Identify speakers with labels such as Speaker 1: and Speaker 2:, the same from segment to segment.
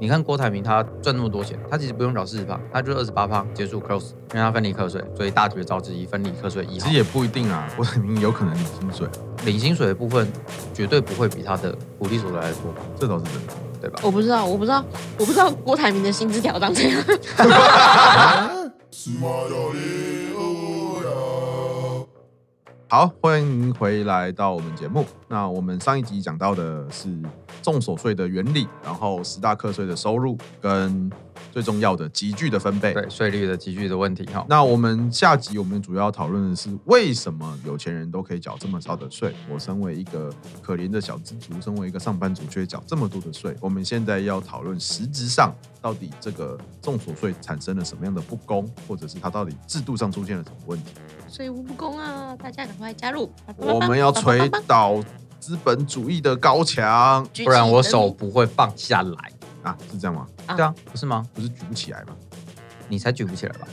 Speaker 1: 你看郭台铭他赚那么多钱，他其实不用缴四十趴，他就二十八趴结束 close，因为他分离课税，所以大绝招之一分离课税一
Speaker 2: 其
Speaker 1: 号
Speaker 2: 实。也不一定啊，郭台铭有可能领薪水啊，
Speaker 1: 领薪水的部分绝对不会比他的鼓励所得来的多，
Speaker 2: 这倒是真的。
Speaker 1: 对吧？
Speaker 3: 我不知道，我不知道，我不知道郭台铭的薪资条长这样。
Speaker 2: 好，欢迎回来到我们节目。那我们上一集讲到的是重所税的原理，然后十大课税的收入跟最重要的集聚的分配。
Speaker 1: 对税率的集聚的问题哈。
Speaker 2: 那我们下集我们主要讨论的是为什么有钱人都可以缴这么少的税？我身为一个可怜的小资族，身为一个上班族，却缴这么多的税。我们现在要讨论实质上到底这个重所税产生了什么样的不公，或者是它到底制度上出现了什么问题？
Speaker 3: 所以无不公啊，大家赶快加入！
Speaker 2: 我们要捶倒资本主义的高墙
Speaker 3: 举起
Speaker 1: 不然我
Speaker 3: 你的
Speaker 1: 手
Speaker 3: 力
Speaker 1: 不会放下来。
Speaker 2: 啊！是这样吗？
Speaker 3: 啊
Speaker 1: 对啊，不是吗？
Speaker 2: 不是举不起来吗？
Speaker 1: 你才举不起来吧？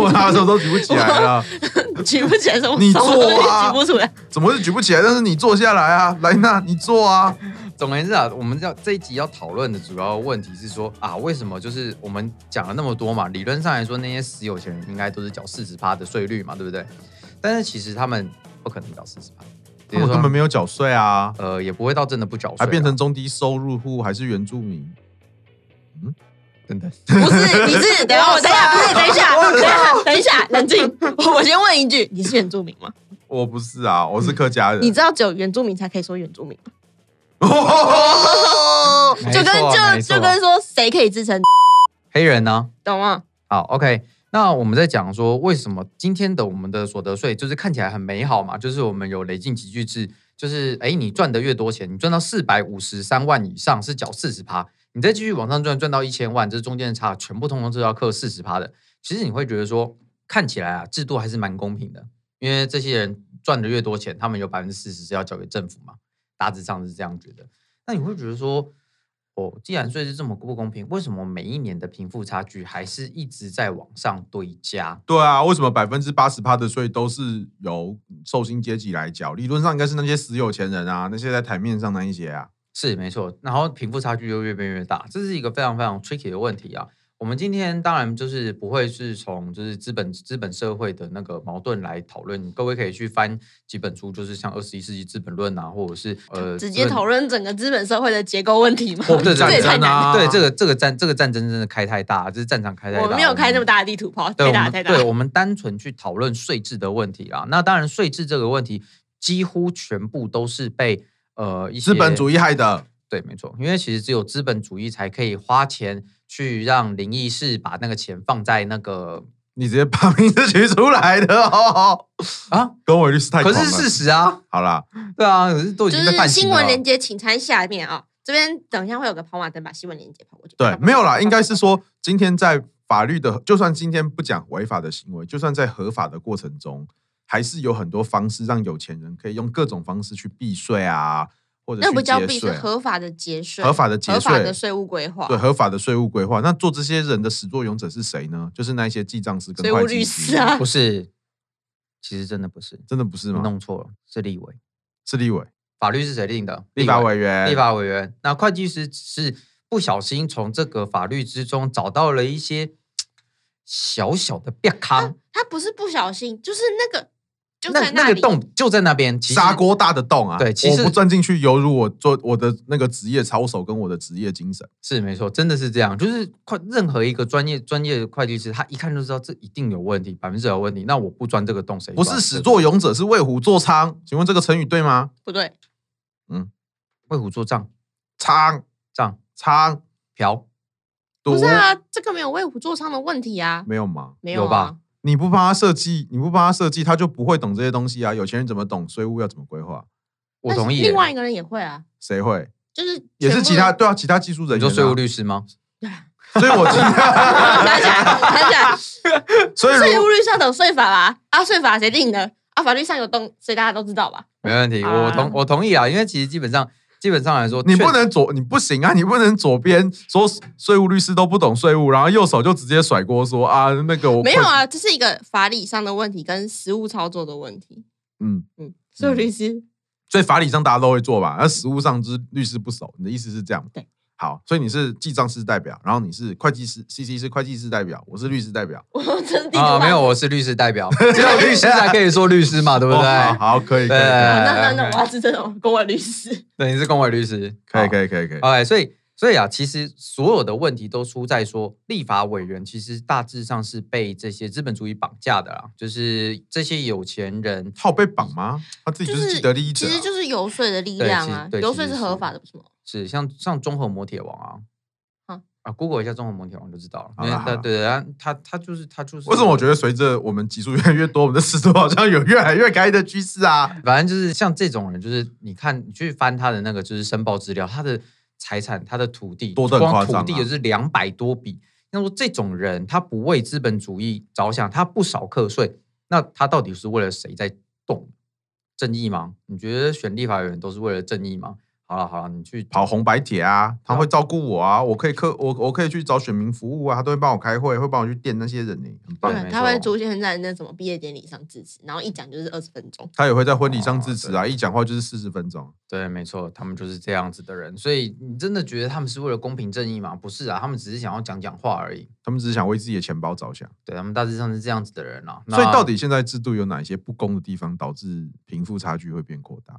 Speaker 2: 我拿的时候都举不起来了，
Speaker 3: 举不起来的时候，
Speaker 2: 你
Speaker 3: 手
Speaker 2: 做啊
Speaker 3: 举不出来。
Speaker 2: 怎么会举不起来？但是你坐下来啊，莱娜，你坐啊。
Speaker 1: 总而言之啊，我们要这一集要讨论的主要问题是说啊，为什么就是我们讲了那么多嘛？理论上来说，那些死有钱人应该都是缴四十趴的税率嘛，对不对？但是其实他们不可能缴四十趴，比如
Speaker 2: 他们根本
Speaker 1: 说
Speaker 2: 没有缴税啊，
Speaker 1: 呃，也不会到真的不缴税啊，
Speaker 2: 还变成中低收入户，还是原住民。
Speaker 1: 真的。
Speaker 3: 不是，你是等一下，我等一下，不是，等一下，等 一下，等一下，冷静。 我先问一句，你是原住民吗？
Speaker 2: 我不是啊，我
Speaker 1: 嗯
Speaker 2: 是客家人。
Speaker 3: 你知道只有原住民才可以说原住民吗，
Speaker 2: 哦
Speaker 1: 没
Speaker 3: 就跟
Speaker 1: 错啊没
Speaker 3: 就
Speaker 1: 错呃
Speaker 3: 就跟说谁可以自称，
Speaker 1: 黑人呢、
Speaker 3: 懂吗？
Speaker 1: 好，OK。那我们在讲说，为什么今天的我们的所得税就是看起来很美好嘛？就是我们有累进集聚制，就是哎，你赚的越多钱，你赚到四百五十三万以上是缴四十趴，你再继续往上赚，赚到一千万，这中间的差全部通通是要扣四十趴的。其实你会觉得说，看起来啊，制度还是蛮公平的，因为这些人赚的越多钱，他们有百分之四十是要交给政府嘛，大致上是这样觉得。那你会觉得说，哦，既然税是这么不公平，为什么每一年的贫富差距还是一直在往上堆加？
Speaker 2: 对啊，为什么百分之八十趴的税都是由受薪阶级来缴？理论上应该是那些死有钱人啊，那些在台面上那一些啊。
Speaker 1: 是没错，然后贫富差距又越变越大，这是一个非常非常 tricky 的问题啊。我们今天当然就是不会是从就是资本资本社会的那个矛盾来讨论，各位可以去翻几本书，就是像《二十一世纪资本论》啊，或者是呃
Speaker 3: 直
Speaker 1: 资
Speaker 3: 接
Speaker 1: 本
Speaker 3: 讨论整个资本社会的结构问题吗？
Speaker 1: 货币
Speaker 3: 这
Speaker 1: 战
Speaker 3: 也太
Speaker 2: 争
Speaker 3: 难了。
Speaker 2: 啊，
Speaker 1: 对这个这个战这个战争真的开太大，这是战场开太大，
Speaker 3: 我没有开
Speaker 1: 们
Speaker 3: 那么大的地图炮，
Speaker 1: 对，
Speaker 3: 太
Speaker 1: 我
Speaker 3: 大
Speaker 1: 们
Speaker 3: 了太大了。
Speaker 1: 对我们单纯去讨论税制的问题啊啦。那当然，税制这个问题几乎全部都是被呃一些
Speaker 2: 资本主
Speaker 1: 义
Speaker 2: 义害的，
Speaker 1: 对，没错，因为其实只有资本主义才可以花钱去让灵异士把那个钱放在那个
Speaker 2: 你直接把名字取出来的哦。
Speaker 1: 啊，
Speaker 2: 跟我律师太
Speaker 1: 可
Speaker 2: 狂了。
Speaker 1: 是是事实啊，
Speaker 2: 好啦，
Speaker 1: 对啊，可是都已
Speaker 3: 就
Speaker 1: 经被
Speaker 3: 是
Speaker 1: 判刑
Speaker 3: 新
Speaker 1: 了。啊
Speaker 3: 闻连接，请参下面啊、这边等一下会有个跑马灯把新闻连接跑过去。
Speaker 2: 对，没有啦，应该是说今天在法律的，就算今天不讲违法的行为，就算在合法的过程中，还是有很多方式让有钱人可以用各种方式去避税啊，或者
Speaker 3: 那不
Speaker 2: 去
Speaker 3: 叫
Speaker 2: 节
Speaker 3: 避税，
Speaker 2: 税
Speaker 3: 是
Speaker 2: 啊。
Speaker 3: 合法的节税，
Speaker 2: 合法的节
Speaker 3: 合法的
Speaker 2: 税，
Speaker 3: 税务规划，
Speaker 2: 对合法的税务规划。那做这些人的始作俑者是谁呢？就是那一些记账师跟
Speaker 3: 税务
Speaker 2: 会计
Speaker 3: 律
Speaker 2: 师
Speaker 3: 师啊
Speaker 1: 不，是，其实真的不是，
Speaker 2: 真的不是
Speaker 1: 你
Speaker 2: 吗？
Speaker 1: 弄错了，是立委。
Speaker 2: 是立委、
Speaker 1: 法律是谁定的？
Speaker 2: 立法委员、
Speaker 1: 立法委员，那会计师只是不小心从这个法律之中找到了一些嘖小小的瘪坑，
Speaker 3: 他不是不小心，就是那个就
Speaker 1: 那
Speaker 3: 在
Speaker 1: 那个
Speaker 3: 里。
Speaker 1: 洞就在那边，其实
Speaker 2: 砂锅大的洞啊！
Speaker 1: 对其实
Speaker 2: 我不钻进去，犹如我做我的那个职业操守跟我的职业精神。
Speaker 1: 是没错，真的是这样，就是会任何一个专业专业的会计师，他一看就知道这一定有问题，百分之百有问题。那我不钻这个洞，谁
Speaker 2: 不是始作
Speaker 1: 俑
Speaker 2: 俑者，是为虎作伥。请问这个成语对吗？
Speaker 3: 不对，
Speaker 1: 为虎作伥，
Speaker 2: 伥
Speaker 1: 伥
Speaker 2: 伥
Speaker 1: 嫖
Speaker 2: 毒
Speaker 3: 不是啊，这个没有为虎作伥的问题啊，
Speaker 2: 没有吗？
Speaker 3: 没有
Speaker 1: 有
Speaker 3: 啊
Speaker 1: 吧？
Speaker 2: 你不帮他设计，你不帮他设计，他就不会懂这些东西啊。有钱人怎么懂税务要怎么规划？
Speaker 1: 我
Speaker 3: 但是
Speaker 1: 同意耶。
Speaker 3: 另外一个人也会啊，
Speaker 2: 谁会？
Speaker 3: 就是
Speaker 2: 也是
Speaker 3: 全部
Speaker 2: 其他对啊，其他技术人
Speaker 1: 你
Speaker 2: 员、
Speaker 1: 说
Speaker 2: 啊。
Speaker 1: 税务律师吗？
Speaker 2: 所以我 今天，
Speaker 3: 拿 起来，拿起来，
Speaker 2: 所以
Speaker 3: 税
Speaker 2: 如
Speaker 3: 务律上有税法吧？啊，税法谁定的？啊，法律上有洞，所以大家都知道吧？
Speaker 1: 没问题，我同
Speaker 3: 啊
Speaker 1: 我同意啊，因为其实基本上基本上来说，
Speaker 2: 你
Speaker 1: 确
Speaker 2: 不能左，你不行啊，你不能左边说税务律师都不懂税务，然后右手就直接甩锅说啊那个我
Speaker 3: 没有，啊，这是一个法理上的问题跟实务操作的问题。
Speaker 2: 嗯，
Speaker 3: 嗯，税务律师
Speaker 2: 所以法理上大家都会做吧，那实务上之律师不熟，你的意思是这样？
Speaker 3: 对。
Speaker 2: 好，所以你是记账师代表，然后你是会计师，C C 是会计师代表，我是律师代表，
Speaker 3: 我真 的
Speaker 1: 啊，没有，我是律师代 表，只有律师才可以说律师嘛，对不对？
Speaker 2: 哦好，好可以，可
Speaker 1: 对
Speaker 2: 以，
Speaker 3: 那那那
Speaker 1: 哎
Speaker 3: 我要是这种公文律师，
Speaker 1: 对，你是公委律师，
Speaker 2: 可以，
Speaker 1: 以。
Speaker 2: 可以，可以，可以，
Speaker 1: 哎，所以所以啊，其实所有的问题都出在说，立法委员其实大致上是被这些资本主义绑架的啦，就是这些有钱人。
Speaker 2: 他有被绑吗？他自己就是既得利益者
Speaker 3: 其
Speaker 2: 啊，
Speaker 3: 实就是游说的力
Speaker 1: 对
Speaker 3: 量
Speaker 1: 其实
Speaker 3: 啊，
Speaker 1: 对
Speaker 3: 游
Speaker 1: 其
Speaker 3: 说
Speaker 1: 实
Speaker 3: 是
Speaker 1: 是
Speaker 3: 合法的，不是吗？
Speaker 1: 是像像中和摩铁王啊，
Speaker 3: 嗯
Speaker 1: 啊，Google 一下中和摩铁王就知道了。
Speaker 2: 好
Speaker 1: 因为
Speaker 2: 啦好
Speaker 1: 他
Speaker 2: 啦
Speaker 1: 对，然后他他就是他就是
Speaker 2: 为什么我觉得随着我们集数越来越多，我们的尺度好像有越来越开的趋势啊？
Speaker 1: 反正就是像这种人，就是你看你去翻他的那个就是申报资料，他的财产、他的土地，
Speaker 2: 多得很
Speaker 1: 光
Speaker 2: 夸张啊
Speaker 1: 土地也是两百多笔。那说这种人，他不为资本主义着想，他不少课税，那他到底是为了谁在动？正义吗？你觉得选立法委员都是为了正义吗？好了好了，你去
Speaker 2: 跑红白帖啊，他
Speaker 1: 对啊
Speaker 2: 会照顾我啊，我可以客我我可以去找选民服务啊，他都会帮我开会，会帮我去电那些人呢、很棒。
Speaker 1: 对没
Speaker 3: 对，啊他会
Speaker 1: 错
Speaker 3: 出现在那什么毕业典礼上致辞，然后一讲就是二十分钟。
Speaker 2: 他也会在婚礼上致辞啊，一讲话就是四十分钟。
Speaker 1: 对，没错，他们就是这样子的人。所以你真的觉得他们是为了公平正义吗？不是啊，他们只是想要讲讲话而已。
Speaker 2: 他们只是想为自己的钱包着想，
Speaker 1: 对他们大致上是这样子的人啊。
Speaker 2: 所以
Speaker 1: 那
Speaker 2: 到底现在制度有哪一些不公的地方，导致贫富差距会变扩大？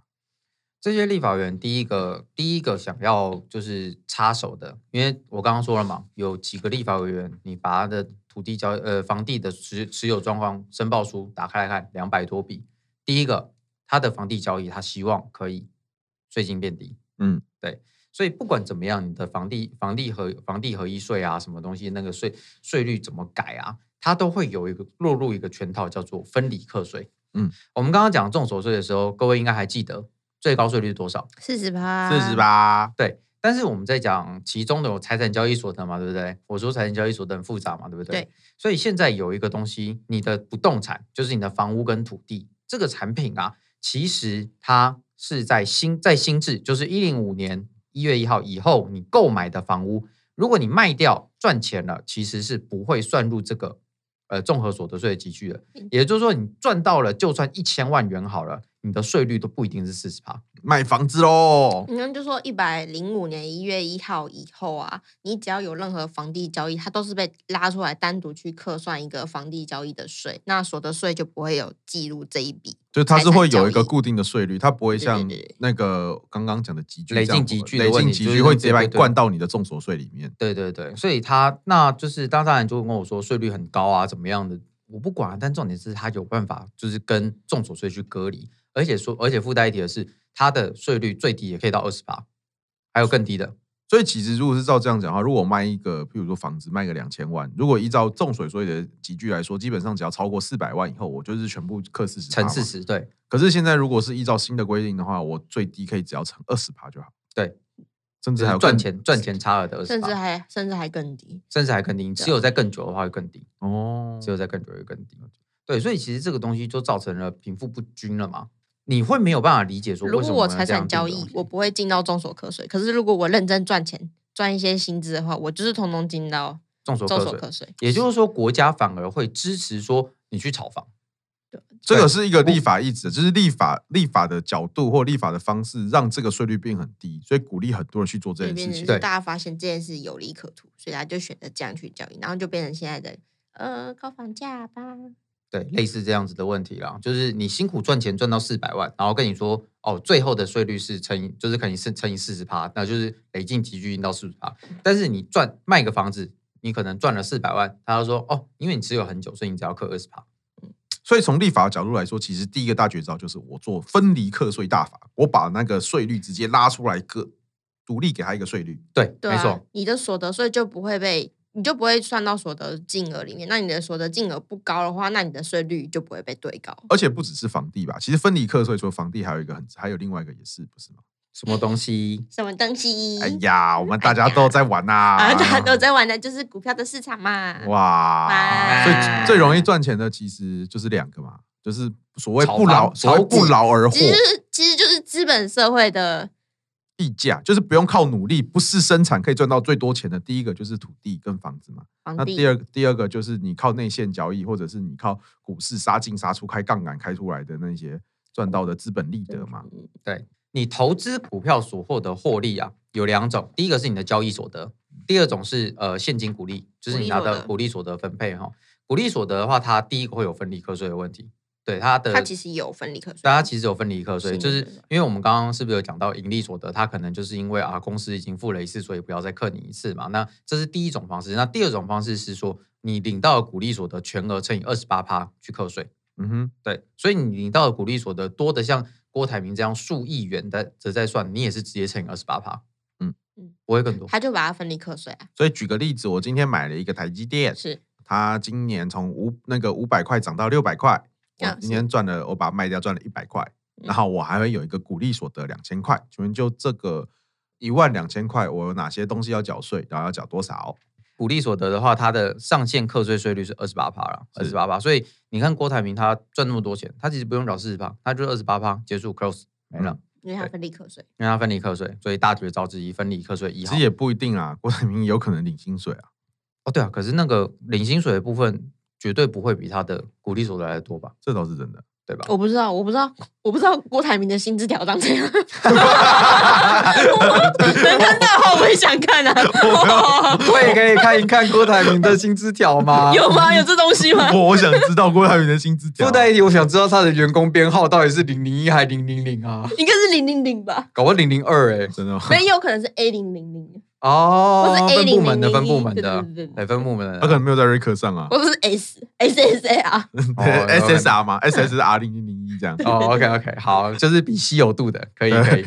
Speaker 1: 这些立法员第一个第一个想要就是插手的，因为我刚刚说了嘛，有几个立法委员，你把他的土地交呃房地的持持有状况申报书打开来看，两百多笔。第一个，他的房地交易，他希望可以税金变低，
Speaker 2: 嗯，
Speaker 1: 对。所以不管怎么样，你的房地房地合房地合一税啊，什么东西那个税税率怎么改啊，它都会有一个落入一个圈套，叫做分离课税。
Speaker 2: 嗯，
Speaker 1: 我们刚刚讲重所得税的时候，各位应该还记得最高税率是多少？
Speaker 3: 四十趴
Speaker 2: 四十。吧，
Speaker 1: 对，但是我们在讲其中的有财产交易所得嘛，对不对？我说财产交易所得很复杂嘛，对不对？
Speaker 3: 对。
Speaker 1: 所以现在有一个东西，你的不动产就是你的房屋跟土地这个产品啊，其实它是在新在新制，就是一零五年一月一号以后你购买的房屋，如果你卖掉赚钱了，其实是不会算入这个呃综合所得税的集聚的
Speaker 3: 嗯。
Speaker 1: 也就是说，你赚到了，就算一千万元好了，你的税率都不一定是四十趴。
Speaker 2: 卖房子喽！
Speaker 3: 你看，就说一百零五年一月一号以后啊，你只要有任何房地交易，它都是被拉出来单独去课算一个房地交易的税，那所得税就不会有记录这一笔。
Speaker 2: 就它是会有一
Speaker 3: 财产
Speaker 2: 个
Speaker 3: 交易
Speaker 2: 固定的税率，它不会像
Speaker 3: 对对对
Speaker 2: 那个刚刚讲的集聚
Speaker 1: 累
Speaker 2: 这样
Speaker 1: 进集聚的
Speaker 2: 累
Speaker 1: 问
Speaker 2: 进
Speaker 1: 题
Speaker 2: 集
Speaker 1: 就是
Speaker 2: 聚会直接把你
Speaker 1: 对对对
Speaker 2: 灌到你的重所税里面。
Speaker 1: 对对对，所以他那就是当当然就跟我说税率很高啊，怎么样的，我不管、啊。但重点是他有办法，就是跟重所税去隔离，而且说，而且附带一提的是，他的税率最低也可以到二十八，还有更低的。
Speaker 2: 所以其实如果是照这样讲的话，啊如果我卖一个，譬如说房子卖个两千万，如果依照重所税的集聚来说，基本上只要超过四百万以后，我就是全部课四十，
Speaker 1: 乘四。十，对
Speaker 2: 可是现在如果是依照新的规定的话，我最低可以只要乘二十趴就好。
Speaker 1: 对，
Speaker 2: 甚至
Speaker 1: 就
Speaker 2: 还
Speaker 1: 是
Speaker 2: 有
Speaker 1: 赚
Speaker 2: 更
Speaker 1: 钱赚钱差额的二十
Speaker 3: 甚至
Speaker 1: 八，
Speaker 3: 还啊甚至还更低。
Speaker 1: 甚至还更低。你只有在更久的话会更低，
Speaker 2: 哦。
Speaker 1: 只有在更久会更低。对，所以其实这个东西就造成了贫富不均了嘛。你会没有办法理解说，
Speaker 3: 如果我财产交易，我
Speaker 1: 我
Speaker 3: 不会进到中所课税。可是如果我认真赚钱，赚一些薪资的话，我就是通通进到
Speaker 1: 众所
Speaker 3: 中
Speaker 1: 周
Speaker 3: 所
Speaker 1: 知，
Speaker 3: 课税。
Speaker 1: 也就是说国家反而会支持说你去炒房。
Speaker 2: 这个是一个立法意志，就是立法立法的角度或立法的方式，让这个税率变很低，所以鼓励很多人去做这
Speaker 3: 对，
Speaker 2: 件
Speaker 3: 变
Speaker 2: 事
Speaker 3: 成
Speaker 2: 情
Speaker 3: 是。
Speaker 1: 对
Speaker 3: 大家发现这件事有利可图，所以他就选择这样去交易，然后就变成现在的呃高房价吧。
Speaker 1: 对，类似这样子的问题啦，就是你辛苦赚钱赚到四百万，然后跟你说哦，最后的税率是乘以，就是可能是乘以四十趴，那就是累进集聚应到四十趴。
Speaker 3: 嗯
Speaker 1: 但是你赚卖个房子，你可能赚了四百万，他就说哦，因为你持有很久，所以你只要扣二十趴。
Speaker 2: 所以从立法的角度来说，其实第一个大绝招就是我做分离课税大法，我把那个税率直接拉出来个独立给他一个税率。
Speaker 1: 对，
Speaker 3: 对
Speaker 1: 没
Speaker 3: 啊
Speaker 1: 错，，
Speaker 3: 你的所得税就不会被，你就不会算到所得金额里面。那你的所得金额不高的话，那你的税率就不会被对高。
Speaker 2: 而且不只是房地吧，其实分离课税除了房地，还有一个很，还有另外一个也是，不是吗？
Speaker 1: 什么东 西？
Speaker 3: 什么东西？
Speaker 2: 哎呀，我们大家都在玩 呐、
Speaker 3: 啊，嗯大家都在玩的就是股票的市场嘛。
Speaker 2: 哇，
Speaker 3: 哇
Speaker 2: 所以最容易赚钱的其实就是两个嘛，就是所谓不
Speaker 1: 炒
Speaker 2: 劳，
Speaker 1: 房
Speaker 2: 所谓不劳而获，
Speaker 3: 其实就是其实就是资本社会的
Speaker 2: 溢价就是不用靠努力，不是生产可以赚到最多钱的。第一个就是土地跟房子嘛，那
Speaker 3: 房
Speaker 2: 第
Speaker 3: 地
Speaker 2: 二第二个就是你靠内线交易，或者是你靠股市杀进杀出、开杠杆开出来的那些赚到的资本利得嘛。
Speaker 3: 嗯
Speaker 1: 对，你投资股票所获得获利啊，有两种，第一个是你的交易所得，第二种是呃现金股利，就是你拿
Speaker 3: 股利所
Speaker 1: 的股利所得
Speaker 3: 得
Speaker 1: 分配哈。股利所得的话，它第一个会有分离课税的问题，对它的
Speaker 3: 它其实有分离可税，
Speaker 1: 呃
Speaker 3: 啊
Speaker 1: 大家其实有分离课
Speaker 3: 是
Speaker 1: 税，
Speaker 3: 你
Speaker 1: 就是
Speaker 3: 的
Speaker 1: 因为我们刚刚是不是有讲到盈利所得，它可能就是因为啊公司已经付了一次，所以不要再克你一次嘛。那这是第一种方式。那第二种方式是说，你领到的股利所得全额乘以二十八趴去课税。
Speaker 2: 嗯哼，
Speaker 1: 对，所以你领到的股利所得多的像郭台铭这样数亿元的则在算，你也是直接乘以二十八趴，嗯
Speaker 2: 嗯
Speaker 3: 嗯
Speaker 1: 嗯，不会更多。
Speaker 3: 它就把它分离可税啊，
Speaker 2: 所以举个例子，我今天买了一个台积电，
Speaker 3: 是
Speaker 2: 它今年从五那个五百块涨到六百块，我
Speaker 3: 啊
Speaker 2: 今
Speaker 3: 是
Speaker 2: 天赚了，我把它卖掉赚了一百块，然
Speaker 3: 嗯
Speaker 2: 后我还会有一个股利所得两千块。请问就这个一万两千块，我有哪些东西要缴税，然后要缴多少？
Speaker 1: 股利所得的话，它的上限课税税率是二十八趴啦，二
Speaker 2: 是
Speaker 1: 十八趴。所以你看郭台铭他赚那么多钱，他其实不用缴四十趴，他就二十八趴结束 close 没了，
Speaker 2: 嗯
Speaker 3: 因为它
Speaker 1: 对
Speaker 3: 分离可税，
Speaker 1: 因为他分离课税，所以大绝招之一分离课税一
Speaker 2: 其
Speaker 1: 号
Speaker 2: 实。也不一定啊，郭 台铭有可能领薪水啊。
Speaker 1: 哦，对啊，可是那个领薪水的部分绝对不会比他的股利所得来的多吧？
Speaker 2: 这倒是真的，
Speaker 1: 对吧？
Speaker 3: 我不知道，我不知道，我不知道郭台铭的薪资条长怎样，能看到的话哦我也想看啊，
Speaker 1: 我也可以看一看郭台铭的薪资条 吗
Speaker 3: 有吗？有这东西吗？
Speaker 2: 我我想知道郭台铭的薪资啊条
Speaker 1: 附带一题，我想知道他的员工编号到底是零零一还零零零啊？
Speaker 3: 应该是零零零吧，
Speaker 1: 搞不零零二哎，
Speaker 2: 真的吗，
Speaker 3: 没有可能是 A 零零零，
Speaker 1: 哦
Speaker 3: 我是 A
Speaker 1: 分部门的，
Speaker 3: 000
Speaker 1: 分部门
Speaker 3: 对
Speaker 1: 的
Speaker 3: 对对对，
Speaker 1: 对，分部门的，
Speaker 2: 他可能没有在瑞克上啊
Speaker 3: 我不是 S S S A 啊，
Speaker 1: 哦
Speaker 2: 对，SSR 嘛，SSR 零零零一这样。
Speaker 1: 哦，OK OK，好，就是比稀有度的，可以可以。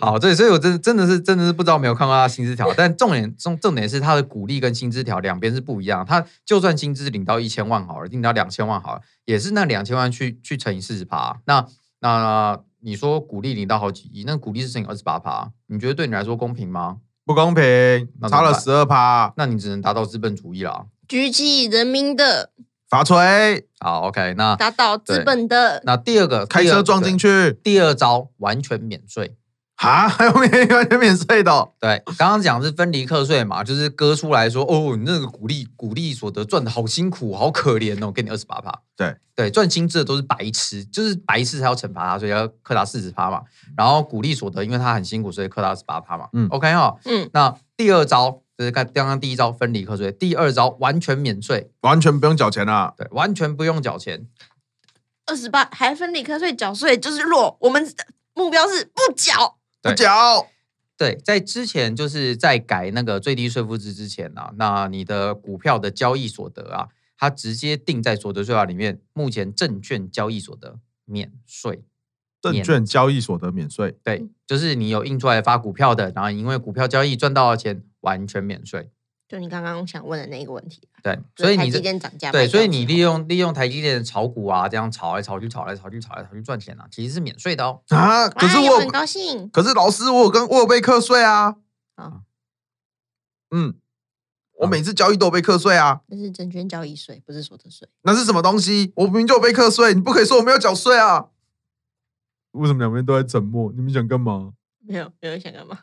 Speaker 1: 好，对，所以我真真的是真的是不知道没有看过他的薪资条，但重点重重点是他的股利跟薪资条两边是不一样。他就算薪资领到一千万好了，领到两千万好了，也是那两千万去去乘以四十趴。那那你说股利领到好几亿，那股利是乘以二十八趴，你觉得对你来说公平吗？
Speaker 2: 不公平，
Speaker 1: 那怎么
Speaker 2: 差了
Speaker 1: 办
Speaker 2: 十二趴，
Speaker 1: 那你只能达到资本主义啦。
Speaker 3: 举起人民的，
Speaker 2: 罚锤，
Speaker 1: 好，OK，那
Speaker 3: 打倒资本的，
Speaker 1: 那第二个
Speaker 2: 开车撞进
Speaker 1: 去，
Speaker 2: 去，
Speaker 1: 第二招完全免税。
Speaker 2: 啊， 还有免完全免税的哦，
Speaker 1: 对，刚刚讲的是分离课税嘛，就是割出来说，哦，你那个股利股利所得赚的好辛苦，好可怜哦，给你二十八趴。
Speaker 2: 对
Speaker 1: 对，赚薪资的都是白痴，就是白痴才要惩罚他，所以要课他四十趴嘛。然后股利所得，因为他很辛苦，所以课他二十八趴嘛。
Speaker 2: 嗯
Speaker 1: 嗯，OK 哈、
Speaker 3: 嗯，
Speaker 1: 那第二招就是看刚刚第一招分离课税，第二招完全免税，
Speaker 2: 完全不用缴钱啊啦。
Speaker 1: 对，完全不用缴钱。
Speaker 3: 二十八还分理科税缴税就是弱，我们目标是不缴，
Speaker 2: 不
Speaker 1: 对
Speaker 2: 缴，
Speaker 1: 对，在之前就是在改那个最低税负制之前啊，那你的股票的交易所得啊，它直接定在所得税法里面，目前证券交易所得免税。
Speaker 2: 证
Speaker 1: 免
Speaker 2: 券交易所得免税，
Speaker 3: 嗯
Speaker 1: 对，就是你有印出来发股票的，然后因为股票交易赚到的钱完全免税。
Speaker 3: 就你刚刚想问的那个问题，啊
Speaker 1: 对，
Speaker 3: 就是
Speaker 1: 所以
Speaker 3: 台
Speaker 1: 你
Speaker 3: 积
Speaker 1: 这
Speaker 3: 电涨价卖掉
Speaker 1: 对，
Speaker 3: 之后，
Speaker 1: 所以你利用利用台积电的炒股啊，这样炒来炒去，炒来炒去，炒来炒去赚钱啊，其实是免税的哦。
Speaker 2: 啊，
Speaker 3: 哇，
Speaker 2: 可是我
Speaker 3: 又很
Speaker 2: 有，
Speaker 3: 高兴，
Speaker 2: 可是老师，我有跟我有被课税啊。
Speaker 1: 哦
Speaker 3: 啊
Speaker 2: 嗯，我每次交易都有被课税啊。
Speaker 3: 那是证券交易税，不是所得税，
Speaker 2: 那是什么东西？我明明就有被课税，你不可以说我没有缴税啊！为什么两边都在沉默？你们想干嘛？
Speaker 3: 没有 没有想干嘛？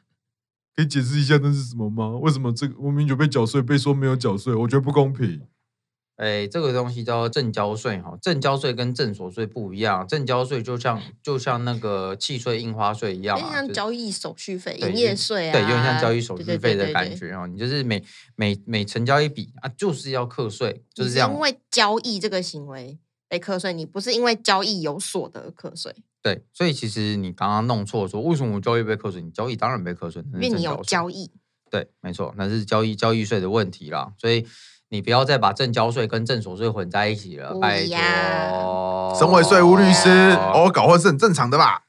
Speaker 2: 可以解释一下那是什么吗？为什么这个我明明有被缴税，被说没有缴税？我觉得不公平。
Speaker 1: 哎，这个东西叫证交税哈，证交税跟证所税不一样，证交税就像就像那个契税、印花税一样
Speaker 3: 有点
Speaker 1: 嘛，
Speaker 3: 像
Speaker 1: 就
Speaker 3: 交易手续费、
Speaker 1: 对
Speaker 3: 营业税啊，
Speaker 1: 对，有点像交易手
Speaker 3: 对
Speaker 1: 续费的感。
Speaker 3: 对对对对
Speaker 1: 觉哦。你就是每每每成交一笔啊，就是要课税，就
Speaker 3: 你
Speaker 1: 是
Speaker 3: 是
Speaker 1: 这样
Speaker 3: 因。为交易这个行为被课税，你不是因为交易有所得课税，
Speaker 1: 对，所以其实你刚刚弄错说，为什么我交易被课税？你交易当然被课税，
Speaker 3: 因
Speaker 1: 因
Speaker 3: 为你有交
Speaker 1: 易。
Speaker 3: 易。
Speaker 1: 对，没错，那是交易交易税的问题啦。所以你不要再把证交税跟证所税混在一起了，
Speaker 3: 不
Speaker 1: 拜
Speaker 3: 一样
Speaker 1: 托。
Speaker 2: 身为哦税务律师，
Speaker 1: 哦
Speaker 2: 偶尔搞混是很正常的吧？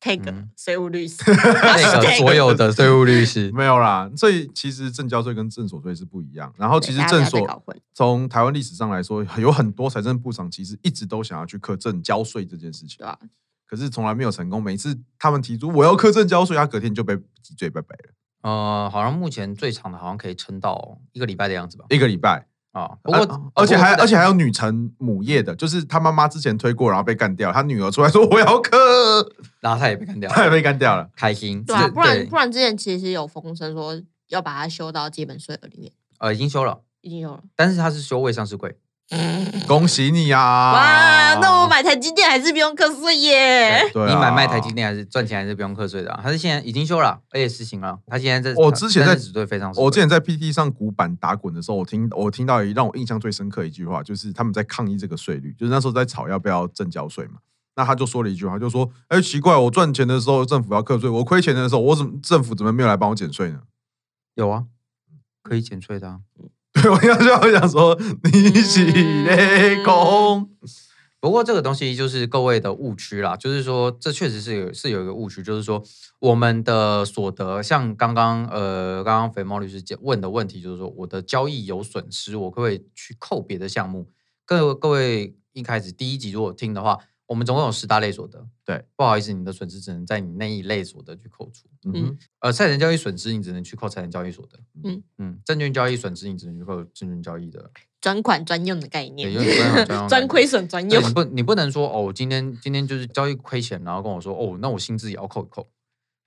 Speaker 3: tag
Speaker 1: 嗯
Speaker 3: 税务律师，
Speaker 1: 那个所有的税务律师，
Speaker 2: 没有啦，所以其实证交税跟证所税是不一样。然后其实
Speaker 3: 对大家
Speaker 2: 证
Speaker 3: 不要再搞
Speaker 2: 所
Speaker 3: 混
Speaker 2: 从台湾历史上来说，有很多财政部长其实一直都想要去课证交税这件事情
Speaker 3: 对，啊吧？
Speaker 2: 可是从来没有成功。每次他们提出我要课证交税，他隔天就被脊椎拜拜了，
Speaker 1: 呃，好像目前最长的好像可以撑到一个礼拜的样子吧。
Speaker 2: 一个礼拜。
Speaker 1: 啊，不
Speaker 2: 啊
Speaker 1: 过
Speaker 2: 而且还而且还
Speaker 1: 有。
Speaker 2: 有女成母业的，就是他妈妈之前推过，然后被干掉，他女儿出来说我要克，
Speaker 1: 然后他也被干掉
Speaker 2: 他也
Speaker 1: 了，
Speaker 2: 被干掉了。
Speaker 1: 开心。
Speaker 3: 对啊，
Speaker 1: 是
Speaker 3: 不然
Speaker 1: 对
Speaker 3: 不然之前其实有风声说要把它修到基本税额里面，
Speaker 1: 呃已经修了，
Speaker 3: 已经有了。
Speaker 1: 但是他是修未上市柜，
Speaker 2: 恭喜你啊！
Speaker 3: 哇，那
Speaker 1: 哦
Speaker 3: 我买台积电还是不用课税耶。
Speaker 2: 对啊
Speaker 1: 你买卖台积电还是赚钱还是不用课税的、啊？他是现在已经修了啊，而且实行了。他现在在
Speaker 2: 我之前在
Speaker 1: 只对非常实惠，
Speaker 2: 我之前在 PT 上古板打滚的时候，我听我听到一让我印象最深刻一句话，就是他们在抗议这个税率，就是那时候在吵要不要正交税嘛。那他就说了一句话，就说：“哎、奇怪，我赚钱的时候政府要课税，我亏钱的时候，我怎么政府怎么没有来帮我减税呢
Speaker 1: 有啊，可以减税的、啊。？”
Speaker 2: 对，我要就想说，你起嘞空，
Speaker 1: 不过这个东西就是各位的误区啦，就是说这确实是有是有一个误区，就是说我们的所得，像刚刚呃刚刚肥猫律师讲问的问题，就是说我的交易有损失，我可不可以去扣别的项目？各位各位一开始第一集如果听的话，我们总共有十大类所得，
Speaker 2: 对，
Speaker 1: 不好意思，你的损失只能在你那一类所得去扣除。
Speaker 2: 嗯
Speaker 3: 嗯
Speaker 2: 哼，
Speaker 1: 呃，财产交易损失你只能去扣财产交易所得，
Speaker 3: 嗯
Speaker 1: 嗯，证券交易损失你只能去扣证券交易的，
Speaker 3: 专款专用的概念
Speaker 1: 对有点专款专用的概，念
Speaker 3: 专亏损专
Speaker 1: 对
Speaker 3: 用
Speaker 1: 你。不你不能说哦，我今天今天就是交易亏钱，然后跟我说哦，那我薪资也要扣一扣，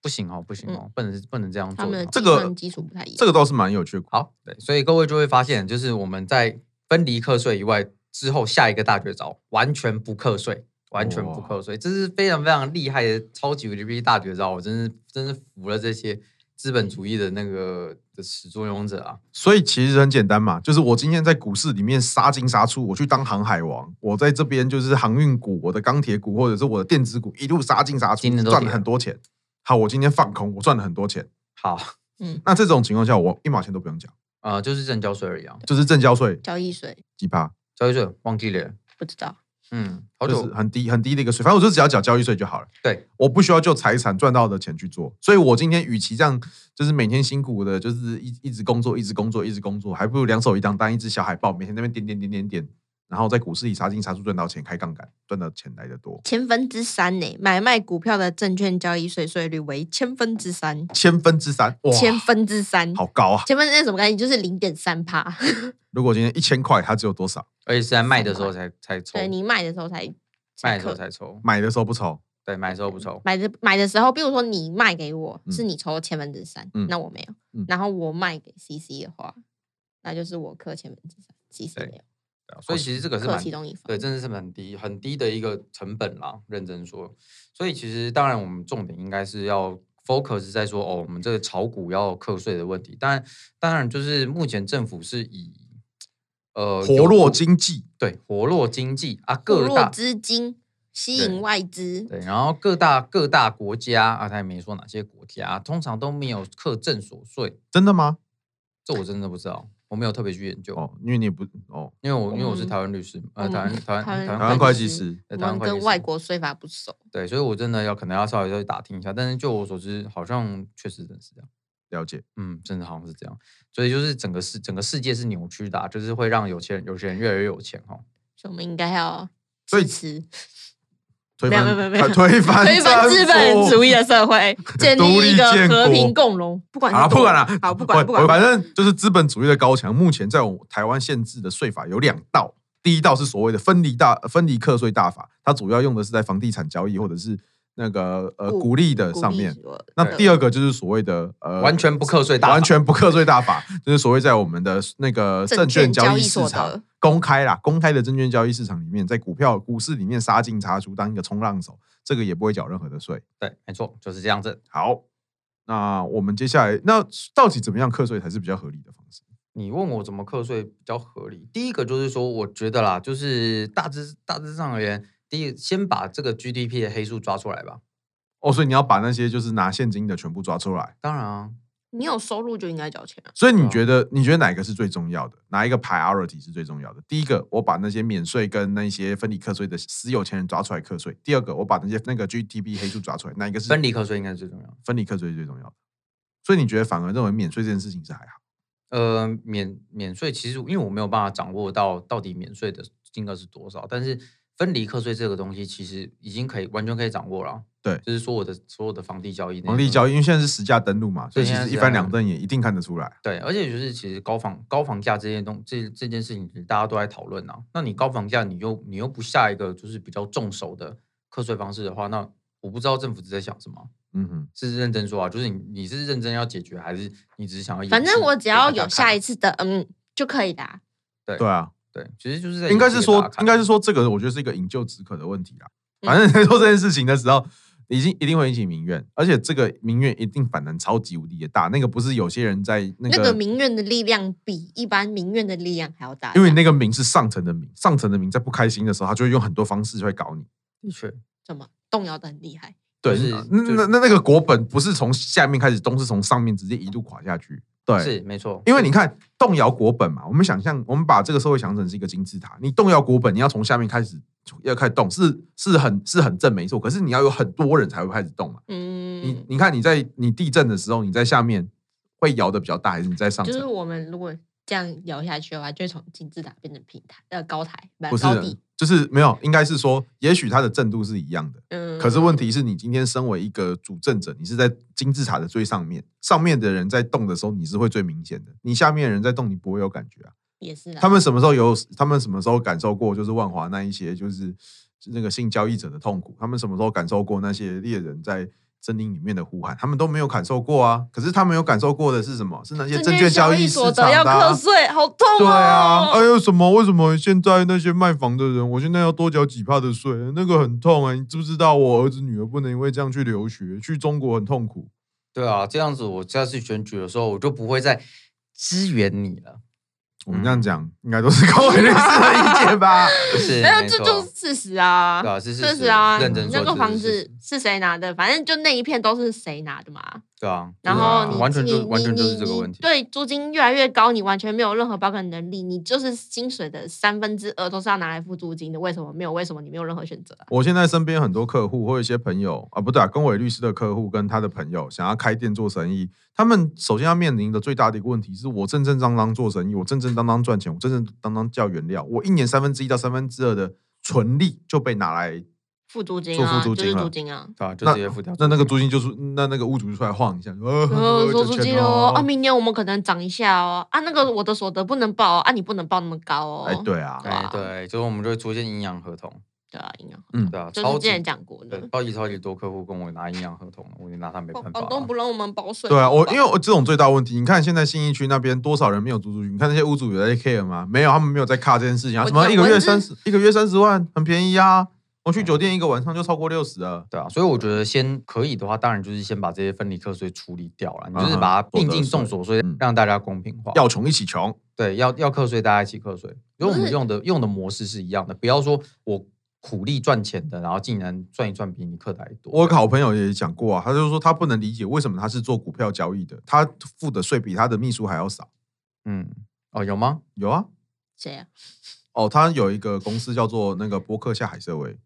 Speaker 1: 不行哦，不行哦，不能不能这样
Speaker 3: 他
Speaker 1: 做
Speaker 3: 们的
Speaker 1: 的。
Speaker 2: 这
Speaker 3: 计
Speaker 2: 个
Speaker 3: 算基础不太一样。
Speaker 2: 这个倒是蛮有趣的。
Speaker 1: 好，对，所以各位就会发现，就是我们在分离课税以外之后，下一个大绝招完全不课税，完全不
Speaker 2: 哇
Speaker 1: 课税，这是非常非常厉害的超级无敌大绝招，我真是真是服了这些资本主义的那个的始作俑者啊！
Speaker 2: 所以其实很简单嘛，就是我今天在股市里面杀进杀出，我去当航海王，我在这边就是航运股、我的钢铁股或者是我的电子股一路杀进杀出
Speaker 1: 今天，都
Speaker 2: 赚
Speaker 1: 跌
Speaker 2: 了
Speaker 1: 了
Speaker 2: 很多钱。好，我今天放空，我赚了很多钱。
Speaker 1: 好，
Speaker 3: 嗯，
Speaker 2: 那这种情况下，我一毛钱都不用缴，
Speaker 1: 呃，就是正交税而已啊，
Speaker 2: 就是正交税
Speaker 3: 交易税
Speaker 2: 几趴，
Speaker 1: 交易税忘记了，
Speaker 3: 不知道。
Speaker 1: 嗯，好久、
Speaker 2: 就是很低很低的一个税，反正我就只要缴交易税就好了。
Speaker 1: 对，
Speaker 2: 我不需要就财产赚到的钱去做，所以我今天与其这样，就是每天辛苦的，就是一一直工作，一直工作，一直工作，还不如两手一摊当一只小海豹，每天在那边点点点点点，然后在股市里杀进杀出赚到钱，开杠杆赚到钱来的多，
Speaker 3: 千分之三呢，买卖股票的证券交易税税率为千分之三，
Speaker 2: 千分之三，哇，
Speaker 3: 千分之三，
Speaker 2: 好高啊！
Speaker 3: 千分之三什么概念？就是零点三趴，
Speaker 1: 哦
Speaker 2: 如果今天一千块，它只有多少？
Speaker 1: 而且是在卖的时候才才抽，
Speaker 3: 对你卖的时候才
Speaker 1: 卖
Speaker 3: 才
Speaker 1: 的时候
Speaker 3: 扣。
Speaker 1: 才抽，
Speaker 2: 买的时候不愁，
Speaker 1: 对，买的时候不抽。
Speaker 3: 买的买的时候，比如说你卖给我，
Speaker 2: 嗯
Speaker 3: 是你抽千分之三
Speaker 2: 嗯，
Speaker 3: 那我没有
Speaker 2: 嗯。
Speaker 3: 然后我卖给 CC 的话，那就是我扣千分之三，CC
Speaker 1: 对
Speaker 3: 没有，
Speaker 1: 所以
Speaker 2: 哦
Speaker 1: 其实这个是
Speaker 3: 扣
Speaker 1: 蛮
Speaker 3: 其中一方。
Speaker 1: 对，真的是很低很低的一个成本啦。认真说，所以其实当然我们重点应该是要 focus 在说哦，我们这个炒股要课税的问题。当然，当然就是目前政府是以呃
Speaker 2: 活
Speaker 1: 有
Speaker 2: 络经济，
Speaker 1: 对活络经济啊，
Speaker 3: 注
Speaker 1: 各
Speaker 3: 入
Speaker 1: 大
Speaker 3: 资金，吸
Speaker 1: 对
Speaker 3: 引外资，
Speaker 1: 对，然后各大各大国家啊，他也没说哪些国家，通常都没有课正所税，
Speaker 2: 真的吗？
Speaker 1: 这我真的不知道，我没有特别去研究，
Speaker 2: 哦，因为你也不哦，
Speaker 1: 因为我因为我是
Speaker 3: 嗯
Speaker 1: 台湾律师，呃，
Speaker 3: 我
Speaker 1: 台湾
Speaker 3: 们
Speaker 1: 台湾
Speaker 3: 台湾
Speaker 2: 台湾会计
Speaker 3: 会计
Speaker 2: 师
Speaker 3: 师
Speaker 1: 对
Speaker 3: 我
Speaker 1: 台湾
Speaker 3: 们
Speaker 1: 会计
Speaker 3: 跟
Speaker 1: 师
Speaker 3: 外国税法不熟。
Speaker 1: 对，所以我真的要可能要稍微再去打听一下，但是就我所知，好像确实真的是这样，
Speaker 2: 了解，
Speaker 1: 嗯，真的好像是这样，所以就是整个世整个世界是扭曲的、啊，就是会让有钱人有钱人越来越有钱哦。
Speaker 3: 所以我们应该要
Speaker 2: 所以
Speaker 3: 支 持
Speaker 2: 推
Speaker 3: 没有
Speaker 2: 翻
Speaker 3: 没有没有
Speaker 2: 推翻
Speaker 3: 推翻
Speaker 2: 政
Speaker 3: 资本
Speaker 2: 府
Speaker 3: 主义的社会，建
Speaker 2: 独立
Speaker 3: 立一个
Speaker 2: 建
Speaker 3: 和
Speaker 2: 国
Speaker 3: 平共荣。不管
Speaker 2: 好了，啊
Speaker 3: 是
Speaker 2: 不
Speaker 3: 多
Speaker 2: 管了，
Speaker 3: 好不管
Speaker 2: 我
Speaker 3: 不管，
Speaker 2: 我反正就是资本主义的高墙。目前在我台湾限制的税法有两道，第一道是所谓的分离大分离课税大法，它主要用的是在房地产交易或者是那个呃
Speaker 3: 股
Speaker 2: 股利的
Speaker 3: 鼓
Speaker 2: 上
Speaker 3: 励
Speaker 2: 面。
Speaker 3: 我
Speaker 2: 那
Speaker 3: 的
Speaker 2: 第二个就是所谓的呃
Speaker 1: 完全不课税大法
Speaker 2: 完全不课税大法，就是所谓在我们的那个
Speaker 3: 证
Speaker 2: 证券
Speaker 3: 券
Speaker 2: 交
Speaker 3: 交
Speaker 2: 易
Speaker 3: 易
Speaker 2: 市
Speaker 3: 所
Speaker 2: 场
Speaker 3: 得
Speaker 2: 公开啦，公开的证券交易市场里面，在股票股市里面杀进杀出，当一个冲浪手，这个也不会缴任何的税。
Speaker 1: 对，没错，就是这样子。
Speaker 2: 好，那我们接下来，那到底怎么样课税才是比较合理的方式？
Speaker 1: 你问我怎么课税比较合理？第一个就是说，我觉得啦，就是大致大致上而言，第一，先把这个 GDP 的黑数抓出来吧。
Speaker 2: 哦，所以你要把那些就是拿现金的全部抓出来。
Speaker 1: 当然啊，
Speaker 3: 你有收入就应该交钱啊。
Speaker 2: 所以你
Speaker 1: 嗯
Speaker 2: 觉得，你觉得哪一个是最重要的？哪一个 priority 是最重要的？第一个，我把那些免税跟那些分离课税的私有钱人抓出来课税；第二个，我把那些那个 GDP 黑数抓出来，哪一个是
Speaker 1: 分离课税应该是最重要的。
Speaker 2: 分离课税是最重要的？所以你觉得反而认为免税这件事情是还好？
Speaker 1: 呃，免免税其实因为我没有办法掌握到到底免税的金额是多少，但是分离课税这个东西其实已经可以完全可以掌握了。啊
Speaker 2: 对
Speaker 1: 就是说我的所有的房地交易那些东
Speaker 2: 房
Speaker 1: 西，
Speaker 2: 地交易因为现在是实价登录嘛，所以其
Speaker 1: 对现在
Speaker 2: 实
Speaker 1: 是
Speaker 2: 一翻两瞪眼一定看得出来。
Speaker 1: 对，而且就是其实高房高房价这件东这这件事情，大家都在讨论啊。那你高房价，你又你又不下一个就是比较重手的课税方式的话，那我不知道政府是在想什么，
Speaker 2: 嗯哼，
Speaker 1: 是认真说啊，就是你你是认真要解决，还是你只是想要演戏？
Speaker 2: 啊
Speaker 3: 反正我只要有下一
Speaker 1: 次，
Speaker 3: 次的嗯就可以啦。
Speaker 1: 对
Speaker 2: 对啊，
Speaker 1: 啊对，其实就是在
Speaker 2: 应该是
Speaker 1: 眼界
Speaker 2: 说
Speaker 1: 打，嗯开
Speaker 2: 应该是说这个，我觉得是一个饮鸩止渴的问题啦。反正 在做这件事情的时候，已经一定会引起民怨，而且这个民怨一定反弹超级无敌的大。那个不是有些人在那
Speaker 3: 那
Speaker 2: 个，
Speaker 3: 个民怨的力量比一般民怨的力量还要大，
Speaker 2: 因为那个民是上层的民，上层的民在不开心的时候，他就会用很多方式会搞你。
Speaker 1: 的确，
Speaker 3: 怎么动摇的很厉害。
Speaker 2: 对，
Speaker 1: 就是
Speaker 2: 那
Speaker 1: 就是
Speaker 2: 那那那个国本不是从下面开始动，是从上面直接一路垮下去。对，
Speaker 1: 是没错，嗯
Speaker 2: 因为你看动摇国本嘛，我们想象我们把这个社会想成是一个金字塔，你动摇国本，你要从下面开始要开始动，是是很是很正没错，可是你要有很多人才会开始动嘛。你
Speaker 3: 嗯，
Speaker 2: 你看你在你地震的时候，你在下面会摇的比较大，还是你在上
Speaker 3: 就是
Speaker 2: 层？
Speaker 3: 我们如果这样聊下去的话，就会从金字塔变成平台，呃，高台，不
Speaker 2: 不是
Speaker 3: 高地。，
Speaker 2: 就是没有，应该是说，也许它的震度是一样的，
Speaker 3: 嗯，
Speaker 2: 可是问题是你今天身为一个主政者，你是在金字塔的最上面，上面的人在动的时候，你是会最明显的，你下面的人在动，你不会有感觉啊。
Speaker 3: 也是啦，
Speaker 2: 他们什么时候有？他们什么时候感受过？就是万华那一些，就是那个性交易者的痛苦。他们什么时候感受过那些猎人在森林里面的呼喊？他们都没有感受过啊。可是他们有感受过的是什么？是那些证券交易市
Speaker 3: 所
Speaker 2: 场的
Speaker 3: 得要
Speaker 2: 啊、
Speaker 3: 课税，好痛哦。
Speaker 2: 对啊，哎呦什么？为什么现在那些卖房的人，我现在要多缴几帕的税？那个很痛哎、你知不知道？我儿子女儿不能因为这样去留学，去中国很痛苦。
Speaker 1: 对啊，这样子我下次选举的时候，我就不会再支援你了，
Speaker 2: 我们这样讲，应该都是 高伟律师的意见吧？
Speaker 1: 不是？
Speaker 3: 没有，
Speaker 1: 没
Speaker 3: 这
Speaker 1: 错
Speaker 3: 就是事实啊，
Speaker 1: 对啊是事
Speaker 3: 事
Speaker 1: 实
Speaker 3: 啊。
Speaker 1: 认真
Speaker 3: 那
Speaker 1: 说
Speaker 3: 个
Speaker 1: 这
Speaker 3: 房
Speaker 1: 是事
Speaker 3: 子是谁拿的？反正就那一片都是谁拿的嘛。
Speaker 1: 对啊，
Speaker 3: 然
Speaker 1: 对
Speaker 3: 后
Speaker 1: 啊
Speaker 3: 你
Speaker 1: 完全
Speaker 3: 你
Speaker 1: 就完全就是
Speaker 3: 你
Speaker 1: 这个
Speaker 3: 你
Speaker 1: 问题，
Speaker 3: 对，租金越来越高，你完全没有任何保管能力，你就是薪水的三分之二都是要拿来付租金的。为什么没有？为什么你没有任何选择啊？
Speaker 2: 我现在身边很多客户或一些朋友啊，不对啊，跟伟律师的客户跟他的朋友想要开店做生意，他们首先要面临的最大的一个问题是我正正当当做生意，我正正当当赚钱，我正正当当叫原料，我一年三分之一到三分之二的纯利就被拿来，
Speaker 3: 付租金
Speaker 2: 做
Speaker 3: 啊，
Speaker 2: 付租
Speaker 3: 就是
Speaker 2: 金啊
Speaker 3: 租 金啊。
Speaker 1: 对啊，就直接付掉。
Speaker 2: 那那个租金就是那那个屋主就出来晃一下，呃，
Speaker 3: 然后说
Speaker 2: 九
Speaker 3: 租
Speaker 2: 千
Speaker 3: 金哦，啊，明年我们可能涨一下哦，啊，那个我的所得不能报哦，啊，你不能报那么高哦，
Speaker 2: 哎，对啊，
Speaker 1: 哎，对，就是我们就会出现阴阳合同，
Speaker 3: 对啊，银行
Speaker 1: 对啊，
Speaker 3: 就
Speaker 1: 超
Speaker 3: 是之
Speaker 1: 级
Speaker 3: 前讲过
Speaker 1: 对，
Speaker 3: 的，哦
Speaker 1: 超级超级多客户跟我拿阴阳合同了，我也拿他没办
Speaker 3: 房
Speaker 1: 法
Speaker 3: 房东
Speaker 1: 啊。
Speaker 3: 不让我们报税，
Speaker 2: 对啊，我因为
Speaker 3: 为
Speaker 2: 我这种最大问题，你看现在信义区那边多少人没有租出去？你看那些屋主有在 care 吗？没有，他们没有在卡这件事情啊。
Speaker 3: 我
Speaker 2: 什么
Speaker 3: 讲
Speaker 2: 一个
Speaker 3: 文
Speaker 2: 月
Speaker 3: 字
Speaker 2: 三十，一个月三十万，很便宜啊。我去酒店一个晚上就超过六十了。
Speaker 1: 对啊，所以我觉得先可以的话，当然就是先把这些分离课税处理掉了，你就是
Speaker 2: 嗯哼
Speaker 1: 把它
Speaker 2: 所
Speaker 1: 并
Speaker 2: 得
Speaker 1: 进
Speaker 2: 税
Speaker 1: 众所税
Speaker 2: 嗯，
Speaker 1: 让大家公平化。
Speaker 2: 要穷一起穷，
Speaker 1: 对，要要课税，大家一起课税。因为我
Speaker 3: 不
Speaker 1: 们
Speaker 3: 是
Speaker 1: 用的用的模式是一样的，不要说我苦力赚钱的，然后竟然赚一赚比你课的还多。
Speaker 2: 我有个好朋友也讲过啊，他就说他不能理解为什么他是做股票交易的，他付的税比他的秘书还要少。
Speaker 1: 嗯，哦，有吗？
Speaker 2: 有啊，
Speaker 3: 谁啊？
Speaker 2: 哦，他有一个公司叫做那个波克夏海瑟薇，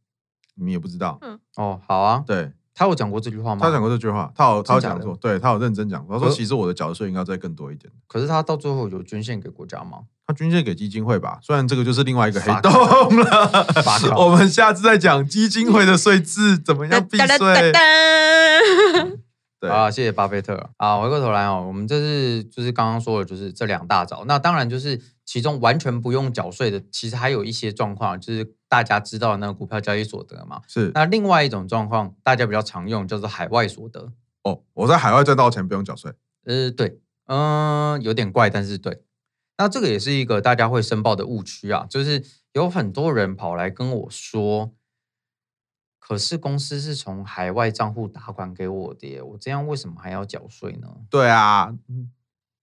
Speaker 2: 你们也不知道。
Speaker 1: 哦，好啊，
Speaker 2: 对
Speaker 1: 他有讲过这句话吗？
Speaker 2: 他讲，过这句话，他有他有
Speaker 1: 真假
Speaker 2: 讲
Speaker 1: 的
Speaker 2: 过，对他有认真讲过，他说
Speaker 1: 可
Speaker 2: 其实我的缴的税应该再更多一点。
Speaker 1: 可是他到最后有捐献给国家吗？
Speaker 2: 他捐献给基金会吧，虽然这个就是另外一个黑
Speaker 1: Fuck
Speaker 2: 洞了。
Speaker 1: Fuck off
Speaker 2: 我们下次再讲基金会的税制怎 么样避
Speaker 3: 哒哒哒
Speaker 2: 税
Speaker 3: 哒。哒
Speaker 2: 对
Speaker 1: 啊，谢谢巴菲特啊！回过头来哦，我们这是就是刚刚说的，就是这两大招。那当然就是其中完全不用缴税的，其实还有一些状况，就是大家知道的那个股票交易所得嘛。
Speaker 2: 是
Speaker 1: 那另外一种状况，大家比较常用叫做海外所得。
Speaker 2: 哦，我在海外赚到钱不用缴税。
Speaker 1: 呃，对，嗯、有点怪，但是对。那这个也是一个大家会申报的误区啊，就是有很多人跑来跟我说，可是公司是从海外账户打款给我的耶，我这样为什么还要缴税呢？
Speaker 2: 对啊，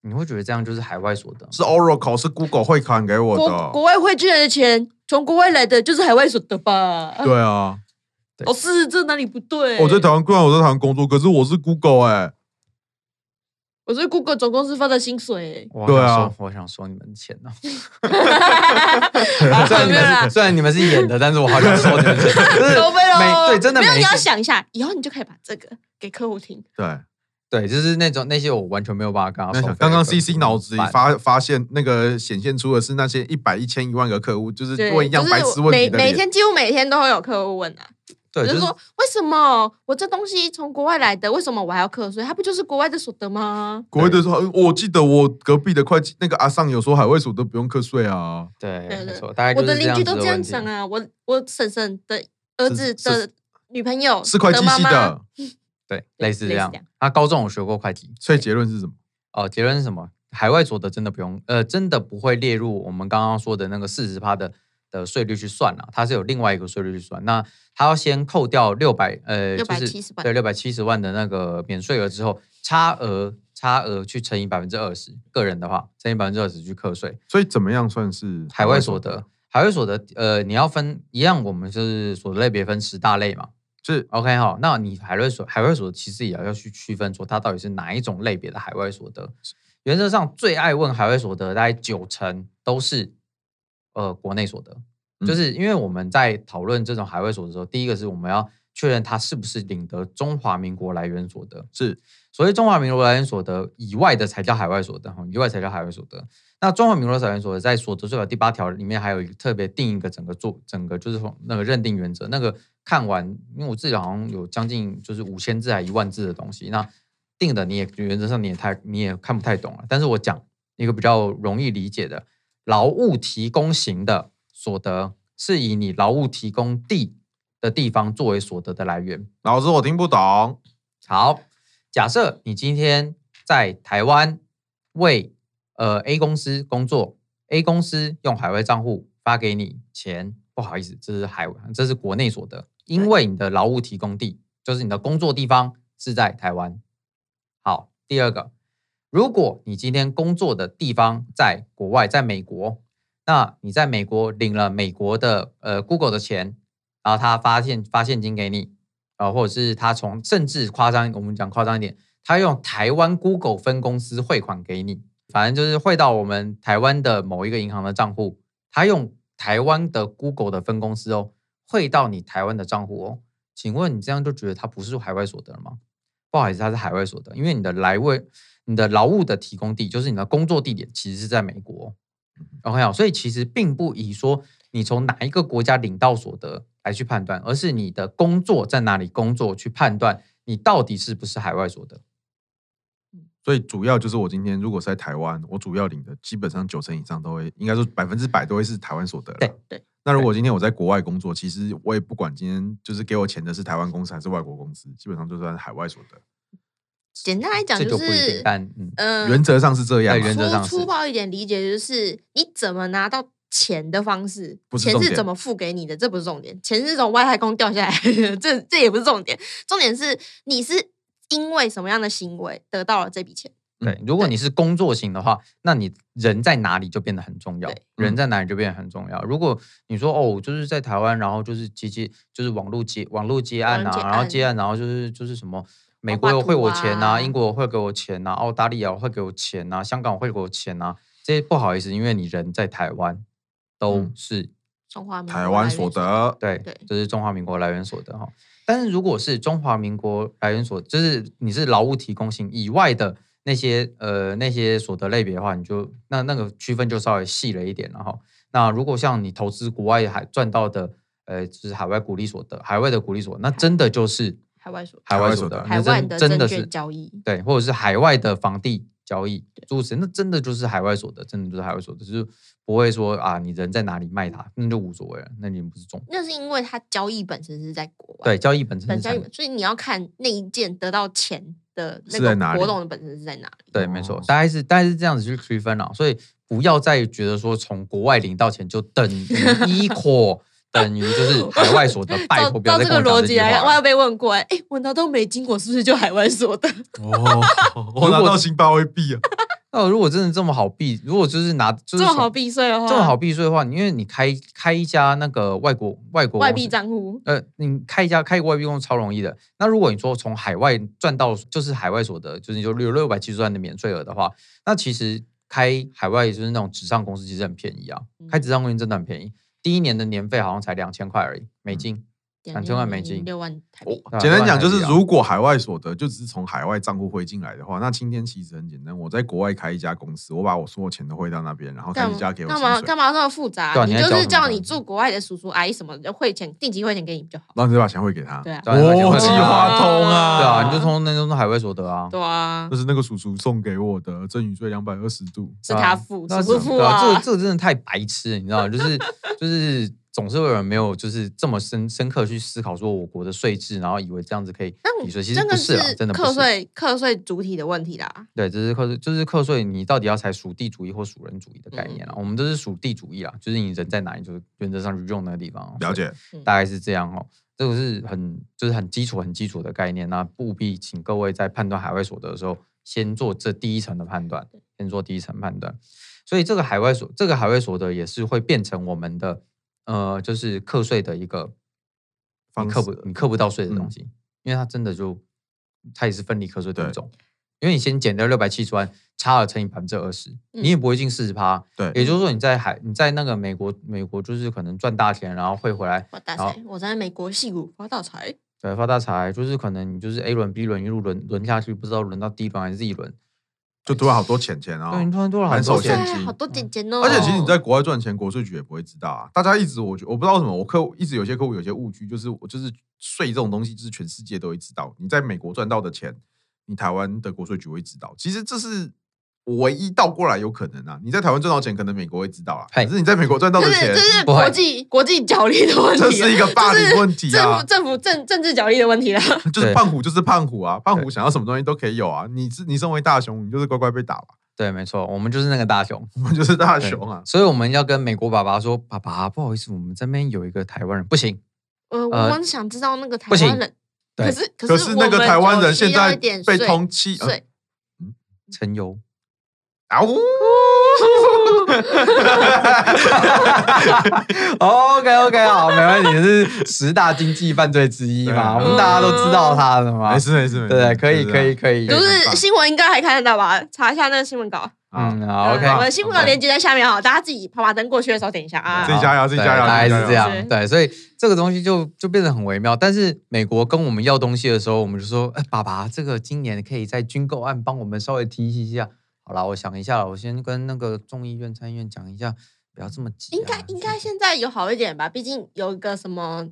Speaker 1: 你会觉得这样就是海外所得吗？
Speaker 2: 是 Oracle 是 Google 汇款给我
Speaker 3: 国国
Speaker 2: 的。
Speaker 3: 外汇进来的钱，从国外来的就是海外所 得吧？
Speaker 2: 对啊，
Speaker 1: 对
Speaker 3: 老师哦这哪里不对？
Speaker 2: 我在台湾，虽然我在台湾工作，可是我是 Google 哎、
Speaker 3: 我是 Google 总公司发的
Speaker 1: 。
Speaker 3: 薪水
Speaker 1: 我
Speaker 2: 对
Speaker 1: 想
Speaker 2: 啊
Speaker 1: 说，我想说你们的钱呢、
Speaker 3: 啊
Speaker 1: 虽然你
Speaker 3: 没有啦
Speaker 1: 们是，虽然你们是演的，但是我好想说你们的 钱，就是
Speaker 3: 收费喽。
Speaker 1: 每对真的
Speaker 3: 没有，
Speaker 1: 每
Speaker 3: 你要
Speaker 1: 次
Speaker 3: 想一下，以后你就可以把这个给客户听。
Speaker 2: 对，
Speaker 1: 对，就是那种那些我完全没有办法跟他
Speaker 2: 那
Speaker 1: 收
Speaker 2: 想
Speaker 1: 啊费。
Speaker 2: 刚刚 CC 脑子里
Speaker 1: 里
Speaker 2: 发发现那个显现出的是那些一百、一千、一万个客户，就是
Speaker 3: 对，
Speaker 2: 问一样白
Speaker 3: 就是
Speaker 2: 痴
Speaker 3: 我
Speaker 2: 问
Speaker 3: 每
Speaker 2: 题的
Speaker 3: 每
Speaker 2: 脸。
Speaker 3: 天几乎每天都会有客户问啊，
Speaker 1: 对，
Speaker 3: 就
Speaker 1: 就是是
Speaker 3: 说为什么我这东西从国外来的，为什么我还要课税？它不就是国外的所得吗？
Speaker 2: 国会的说，呃我记得我隔壁的会计那个阿尚有说海外所得不用课税啊。
Speaker 1: 对，
Speaker 3: 对
Speaker 1: 没
Speaker 3: 对
Speaker 1: 错，大概就
Speaker 3: 我
Speaker 1: 是
Speaker 3: 的邻居都
Speaker 1: 这
Speaker 3: 这
Speaker 1: 样
Speaker 3: 样
Speaker 1: 子的问
Speaker 3: 讲
Speaker 1: 题。
Speaker 3: 啊，我我婶婶的儿子
Speaker 2: 是是
Speaker 3: 的女朋友
Speaker 2: 是会计
Speaker 3: 妈
Speaker 2: 系
Speaker 3: 妈
Speaker 2: 的，
Speaker 1: 对，
Speaker 3: 对
Speaker 1: 类似
Speaker 3: 类
Speaker 1: 这
Speaker 3: 似
Speaker 1: 样
Speaker 3: 这样。
Speaker 1: 他高中有学过会计
Speaker 2: 所以结论是什么？
Speaker 1: 哦，结论是什么？海外所得真的不用，呃，真的不会列入我们刚刚说的那个四十趴的的税率去算了、它是有另外一个税率去算。那它要先扣掉六百呃，就是
Speaker 3: 670万
Speaker 1: 对六百七十万的那个免税额之后，差额差额去乘以百分之二十，个人的话乘以百分之二十去课税。
Speaker 2: 所以怎么样算是
Speaker 1: 海外所得？，海外所得，呃，你要分一样，我们就是所得类别分十大类嘛。
Speaker 2: 是
Speaker 1: OK 哈，那你海外所海外所得其实也要去区分说它到底是哪一种类别的海外所得。原则上最爱问海外所得，大概九成都是呃国内所得，就
Speaker 2: 嗯
Speaker 1: 是因为我们在讨论这种海外所得的时候，第一个是我们要确认它是不是领得中华民国来源所得。
Speaker 2: 是
Speaker 1: 所谓中华民国来源所得以外的才叫海外所得，哈，以外才叫海外所得。那中华民国来源所得在所得税法第八条里面还有一个特别定一个整个做整个就是从那个认定原则，那个看完，因为我自己好像有将近就是五千字还一万字的东西，那定的你也原则上你也太你也看不太懂了，但是我讲一个比较容易理解的，劳务提供型的所得是以你劳务提供地的地方作为所得的来源，
Speaker 2: 老师我听不懂，
Speaker 1: 好，假设你今天在台湾为呃 A 公司工作，A 公司用海外账户发给你钱，不好意思，这是海外，这是国内所得，因为你的劳务提供地就是你的工作地方是在台湾。好，第二个，如果你今天工作的地方在国外，在美国，那你在美国领了美国的呃 Google 的钱，然后他发现发现金给你，啊、或者是他从甚至夸张，我们讲夸张一点，他用台湾 Google 分公司汇款给你，反正就是汇到我们台湾的某一个银行的账户，他用台湾的 Google 的分公司哦，汇到你台湾的账户哦。请问你这样就觉得他不是海外所得了吗？不好意思，他是海外所得，因为你的来位、你的劳务的提供地，就是你的工作地点，其实是在美国哦、OK 好，所以其实并不以说你从哪一个国家领到所得来去判断，而是你的工作在哪里工作去判断你到底是不是海外所得。
Speaker 2: 所以主要就是我今天如果是在台湾，我主要领的基本上九成以上都会，应该说百分之百都会是台湾所得啦
Speaker 1: 对
Speaker 3: 对。
Speaker 2: 那如果今天我在国外工作，其实我也不管今天就是给我钱的是台湾公司还是外国公司，基本上就算是海外所得。
Speaker 3: 简单来讲
Speaker 1: 这就不一定
Speaker 3: 是，
Speaker 1: 但嗯，
Speaker 3: 嗯，
Speaker 2: 原则上是这样
Speaker 1: 对
Speaker 2: 嘛，
Speaker 1: 原则上
Speaker 3: 粗
Speaker 1: 是
Speaker 3: 哦粗暴一点理解就是，你怎么拿到钱的方式，
Speaker 2: 不是重
Speaker 3: 钱
Speaker 2: 点
Speaker 3: 是怎么付给你的，这不是重点，钱是从外太空掉下来的， 这这也不是重点，重点是你是因为什么样的行为得到了这笔钱。
Speaker 1: 对，如果你是工作型的话，那你人在哪里就变得很重要
Speaker 3: 对，
Speaker 1: 人
Speaker 2: 嗯
Speaker 1: 在哪里就变得很重要。如果你说哦，我就是在台湾，然后就是接接就是网络接网络接案
Speaker 3: 网
Speaker 1: 啊，
Speaker 3: 络接
Speaker 1: 然后接
Speaker 3: 案
Speaker 1: 案，然后就是就是什么。美
Speaker 3: 画
Speaker 1: 国
Speaker 3: 图
Speaker 1: 会我钱呐、
Speaker 3: 啊
Speaker 1: 英国会给我钱呐、澳大利亚会给我钱呐、香港会给我钱呐、这些不好意思，因为你人在台湾，都
Speaker 2: 嗯
Speaker 1: 是
Speaker 3: 中华民国
Speaker 2: 台湾
Speaker 3: 来源
Speaker 2: 所得。
Speaker 1: 对，
Speaker 3: 对
Speaker 1: 这是中华民国来源所得哈。但是如果是中华民国来源所，就是你是劳务提供型以外的那些呃那些所得类别的话，你就那那个区分就稍微细了一点了哈。那如果像你投资国外还赚到的，呃，就是海外股利所得，海外的股利所得，那真的就是
Speaker 3: 海外所得
Speaker 1: 海外所得，
Speaker 2: 海
Speaker 1: 那
Speaker 3: 海外
Speaker 1: 真
Speaker 3: 的
Speaker 1: 真的
Speaker 3: 证
Speaker 1: 是
Speaker 3: 券交易，
Speaker 1: 对，或者是海外的房地交易，诸如此类，那真的就是海外所得，真的就是海外所得，就是不会说啊，你人在哪里卖它，那就无所谓了，那你不是中
Speaker 3: 那是因为它交易本身是在国外，
Speaker 1: 对，交易本身
Speaker 3: 本
Speaker 1: 是
Speaker 3: 交
Speaker 1: 产
Speaker 3: 易本，所以你要看那一件得到钱的那
Speaker 2: 是在
Speaker 3: 个
Speaker 2: 哪里
Speaker 3: 活动的本身是在哪里。嗯
Speaker 1: 对，没错
Speaker 2: 哦，
Speaker 1: 大概是大概是这样子去区分啊，所以不要再觉得说从国外领到钱就等 于 equal 等于就是海外所得，拜
Speaker 3: 照
Speaker 1: 托不要
Speaker 3: 照
Speaker 1: 再
Speaker 3: 这
Speaker 1: 跟
Speaker 3: 个
Speaker 1: 我讲
Speaker 3: 逻
Speaker 1: 这
Speaker 3: 辑
Speaker 1: 句
Speaker 3: 来看，我
Speaker 1: 话
Speaker 3: 有
Speaker 1: 了。
Speaker 3: 被问过、哎，哎，我拿到美金，我是不是就海外所得？
Speaker 2: 哦，我拿到津巴威币啊！
Speaker 1: 那哦如果真的这么好避，如果就是拿就
Speaker 3: 这
Speaker 1: 是
Speaker 3: 么好
Speaker 1: 从
Speaker 3: 避嗯税的话，
Speaker 1: 这么好避税的话，你因为你开开一家那个外国外国
Speaker 3: 外
Speaker 1: 公
Speaker 3: 币
Speaker 1: 司
Speaker 3: 账户，
Speaker 1: 呃，你开一家开一个外币公司超容易的。那如果你说从海外赚到就是海外所得，就是你就有六百七十万的免税额的话，那其实开海外就是那种纸上公司其实很便宜啊，开
Speaker 3: 嗯
Speaker 1: 纸上公司真的很便宜，第一年的年费好像才两千块而已，
Speaker 3: 嗯
Speaker 1: 美金。两千万美金
Speaker 3: 六万台币。
Speaker 1: 对啊
Speaker 2: 哦简单讲就
Speaker 1: 六万
Speaker 2: 是，
Speaker 1: 台币啊
Speaker 2: 如果海外所得就只是从海外账户汇进来的话，那今天其实很简单。我在国外开一家公司，我把我所有钱都汇到那边，然后开
Speaker 3: 干
Speaker 2: 始
Speaker 3: 嘛
Speaker 2: 家给我
Speaker 3: 干
Speaker 2: 薪
Speaker 3: 嘛
Speaker 2: 水
Speaker 3: 干，嘛那么复杂、
Speaker 1: 对啊
Speaker 3: 你
Speaker 1: 你在教
Speaker 3: 就是
Speaker 1: 什么
Speaker 3: 叫
Speaker 1: 干
Speaker 3: 你
Speaker 1: 嘛
Speaker 3: 住国外的叔叔阿姨什么的汇钱，定期汇钱给你不就好？
Speaker 2: 然后直接把钱汇给他。
Speaker 3: 对啊，
Speaker 1: 对啊
Speaker 2: 哦，计划通啊！
Speaker 1: 对啊，你 就从那种海外所得啊，
Speaker 3: 对啊
Speaker 2: 这，是那个叔叔送给我的赠与税两百二十度。
Speaker 3: 是
Speaker 1: 对啊
Speaker 3: 他付，
Speaker 1: 那
Speaker 3: 是不
Speaker 1: 是
Speaker 3: 付
Speaker 1: 对啊，这
Speaker 3: 啊
Speaker 1: 个？这个真的太白痴了，你知道吗？就是就是总是会有人没有就是这么深深刻去思考说我国的税制，然后以为这样子可以
Speaker 3: 但我
Speaker 1: 抵税，其实
Speaker 3: 真
Speaker 1: 不
Speaker 3: 的
Speaker 1: 是啦，真的不
Speaker 3: 课
Speaker 1: 是。
Speaker 3: 税课税主体的问题啦。
Speaker 1: 对，这是课税，就是课税，你到底要采属地主义或属人主义的概念啊啦。
Speaker 2: 嗯
Speaker 1: 我们都是属地主义啦，就是你人在哪里，就是原则上去用那个地方。啊
Speaker 2: 了解，
Speaker 1: 大概是这样哦。这个是很就是很基础很基础的概念，那务必请各位在判断海外所得的时候，先做这第一层的判断，先做第一层判断。所以这个海外所这个海外所得也是会变成我们的呃，就是课税的一个你
Speaker 2: 方
Speaker 1: 课不
Speaker 2: 式
Speaker 1: 你课不到税的
Speaker 2: 嗯
Speaker 1: 东西，因为它真的就它也是分离课税的
Speaker 2: 对
Speaker 1: 一种。因为你先减掉六百七十万，差额乘以百分之二十，
Speaker 3: 嗯
Speaker 1: 你也不会进四十趴。
Speaker 2: 对，
Speaker 1: 也就是说，你在海你在那个美国美国就是可能赚大钱，然后汇回来
Speaker 3: 发大
Speaker 1: 好
Speaker 3: 财！我在美国戏骨发大财。
Speaker 1: 对，发大财就是可能你就是 A 轮、B 轮一路轮轮下去，不知道轮到 D 轮还是 Z 轮，
Speaker 2: 就突然好多钱钱啊
Speaker 1: 对，你，突然多了很
Speaker 2: 蛮
Speaker 1: 多
Speaker 2: 手现
Speaker 1: 钱
Speaker 2: 钱。金
Speaker 3: 对，好多
Speaker 1: 嗯
Speaker 3: 点点哦。
Speaker 2: 而且其实你在国外赚钱，国税局也不会知道啊。大家一直我觉我不知道为什么，我客户一直有些客户有些误区，就是我就是税这种东西，就是全世界都会知道。你在美国赚到的钱，你台湾的国税局会知道。其实这是我唯一倒过来有可能啊。你在台湾赚到钱，可能美国会知道啊，
Speaker 1: 嘿
Speaker 2: 可是你在美国赚到
Speaker 3: 这
Speaker 2: 的
Speaker 3: 是
Speaker 2: 钱
Speaker 3: 这，是
Speaker 1: 不会
Speaker 3: 国际国际角力的问题
Speaker 2: 这
Speaker 3: 了，
Speaker 2: 是一个霸凌问题
Speaker 3: 政
Speaker 2: 啊
Speaker 3: 府。政府政政治角力的问题啦。
Speaker 2: 就是
Speaker 1: 对
Speaker 2: 胖虎就是胖虎啊，胖虎
Speaker 1: 对
Speaker 2: 想要什么东西都可以有啊。你是你身为大熊，你就是乖乖被打吧，
Speaker 1: 对，没错，我们就是那个大熊。
Speaker 2: 我们就是大
Speaker 1: 对
Speaker 2: 熊啊。
Speaker 1: 所以我们要跟美国爸爸说，爸爸，不好意思，我们这边有一个台湾人，不行，
Speaker 3: 呃，我
Speaker 1: 呃
Speaker 3: 们想知道那个台
Speaker 1: 不行
Speaker 3: 湾人，
Speaker 1: 对
Speaker 3: 可是
Speaker 2: 可
Speaker 3: 是
Speaker 2: 是那个台湾人现在被通
Speaker 3: 通
Speaker 2: 缉，呃
Speaker 3: 税，
Speaker 1: 陈 油。
Speaker 2: 啊呜！
Speaker 1: OK OK，好，没问题，是十大经济犯罪之一
Speaker 2: 对
Speaker 1: 嘛，
Speaker 2: 啊
Speaker 1: 我们大家都知道他的嘛
Speaker 2: 没。事没事，没事
Speaker 1: 对，可以可
Speaker 2: 就这
Speaker 1: 以
Speaker 2: 样
Speaker 1: 可以
Speaker 3: 就，
Speaker 2: 很棒
Speaker 3: 是新闻应该还看得到吧？查一下那个新闻稿。
Speaker 2: 啊
Speaker 1: 嗯，好
Speaker 3: 我们
Speaker 1: ，OK。
Speaker 3: 新闻稿连接在下面哈，大家自己爬爬灯过去的时候等一下啊
Speaker 2: 自。己加油自己加油
Speaker 1: 对大概
Speaker 2: 自己加
Speaker 1: 是这
Speaker 2: 油
Speaker 1: 样
Speaker 3: 是，
Speaker 1: 对，所以这个东西就就变得很微妙。但是美国跟我们要东西的时候，我们就说，哎，爸爸，这个今年可以在军购案帮我们稍微提一下。好啦，我想一下，我先跟那个众议院、参议院讲一下，不要这么急、啊。
Speaker 3: 应该应该现在有好一点吧，毕竟有一个什么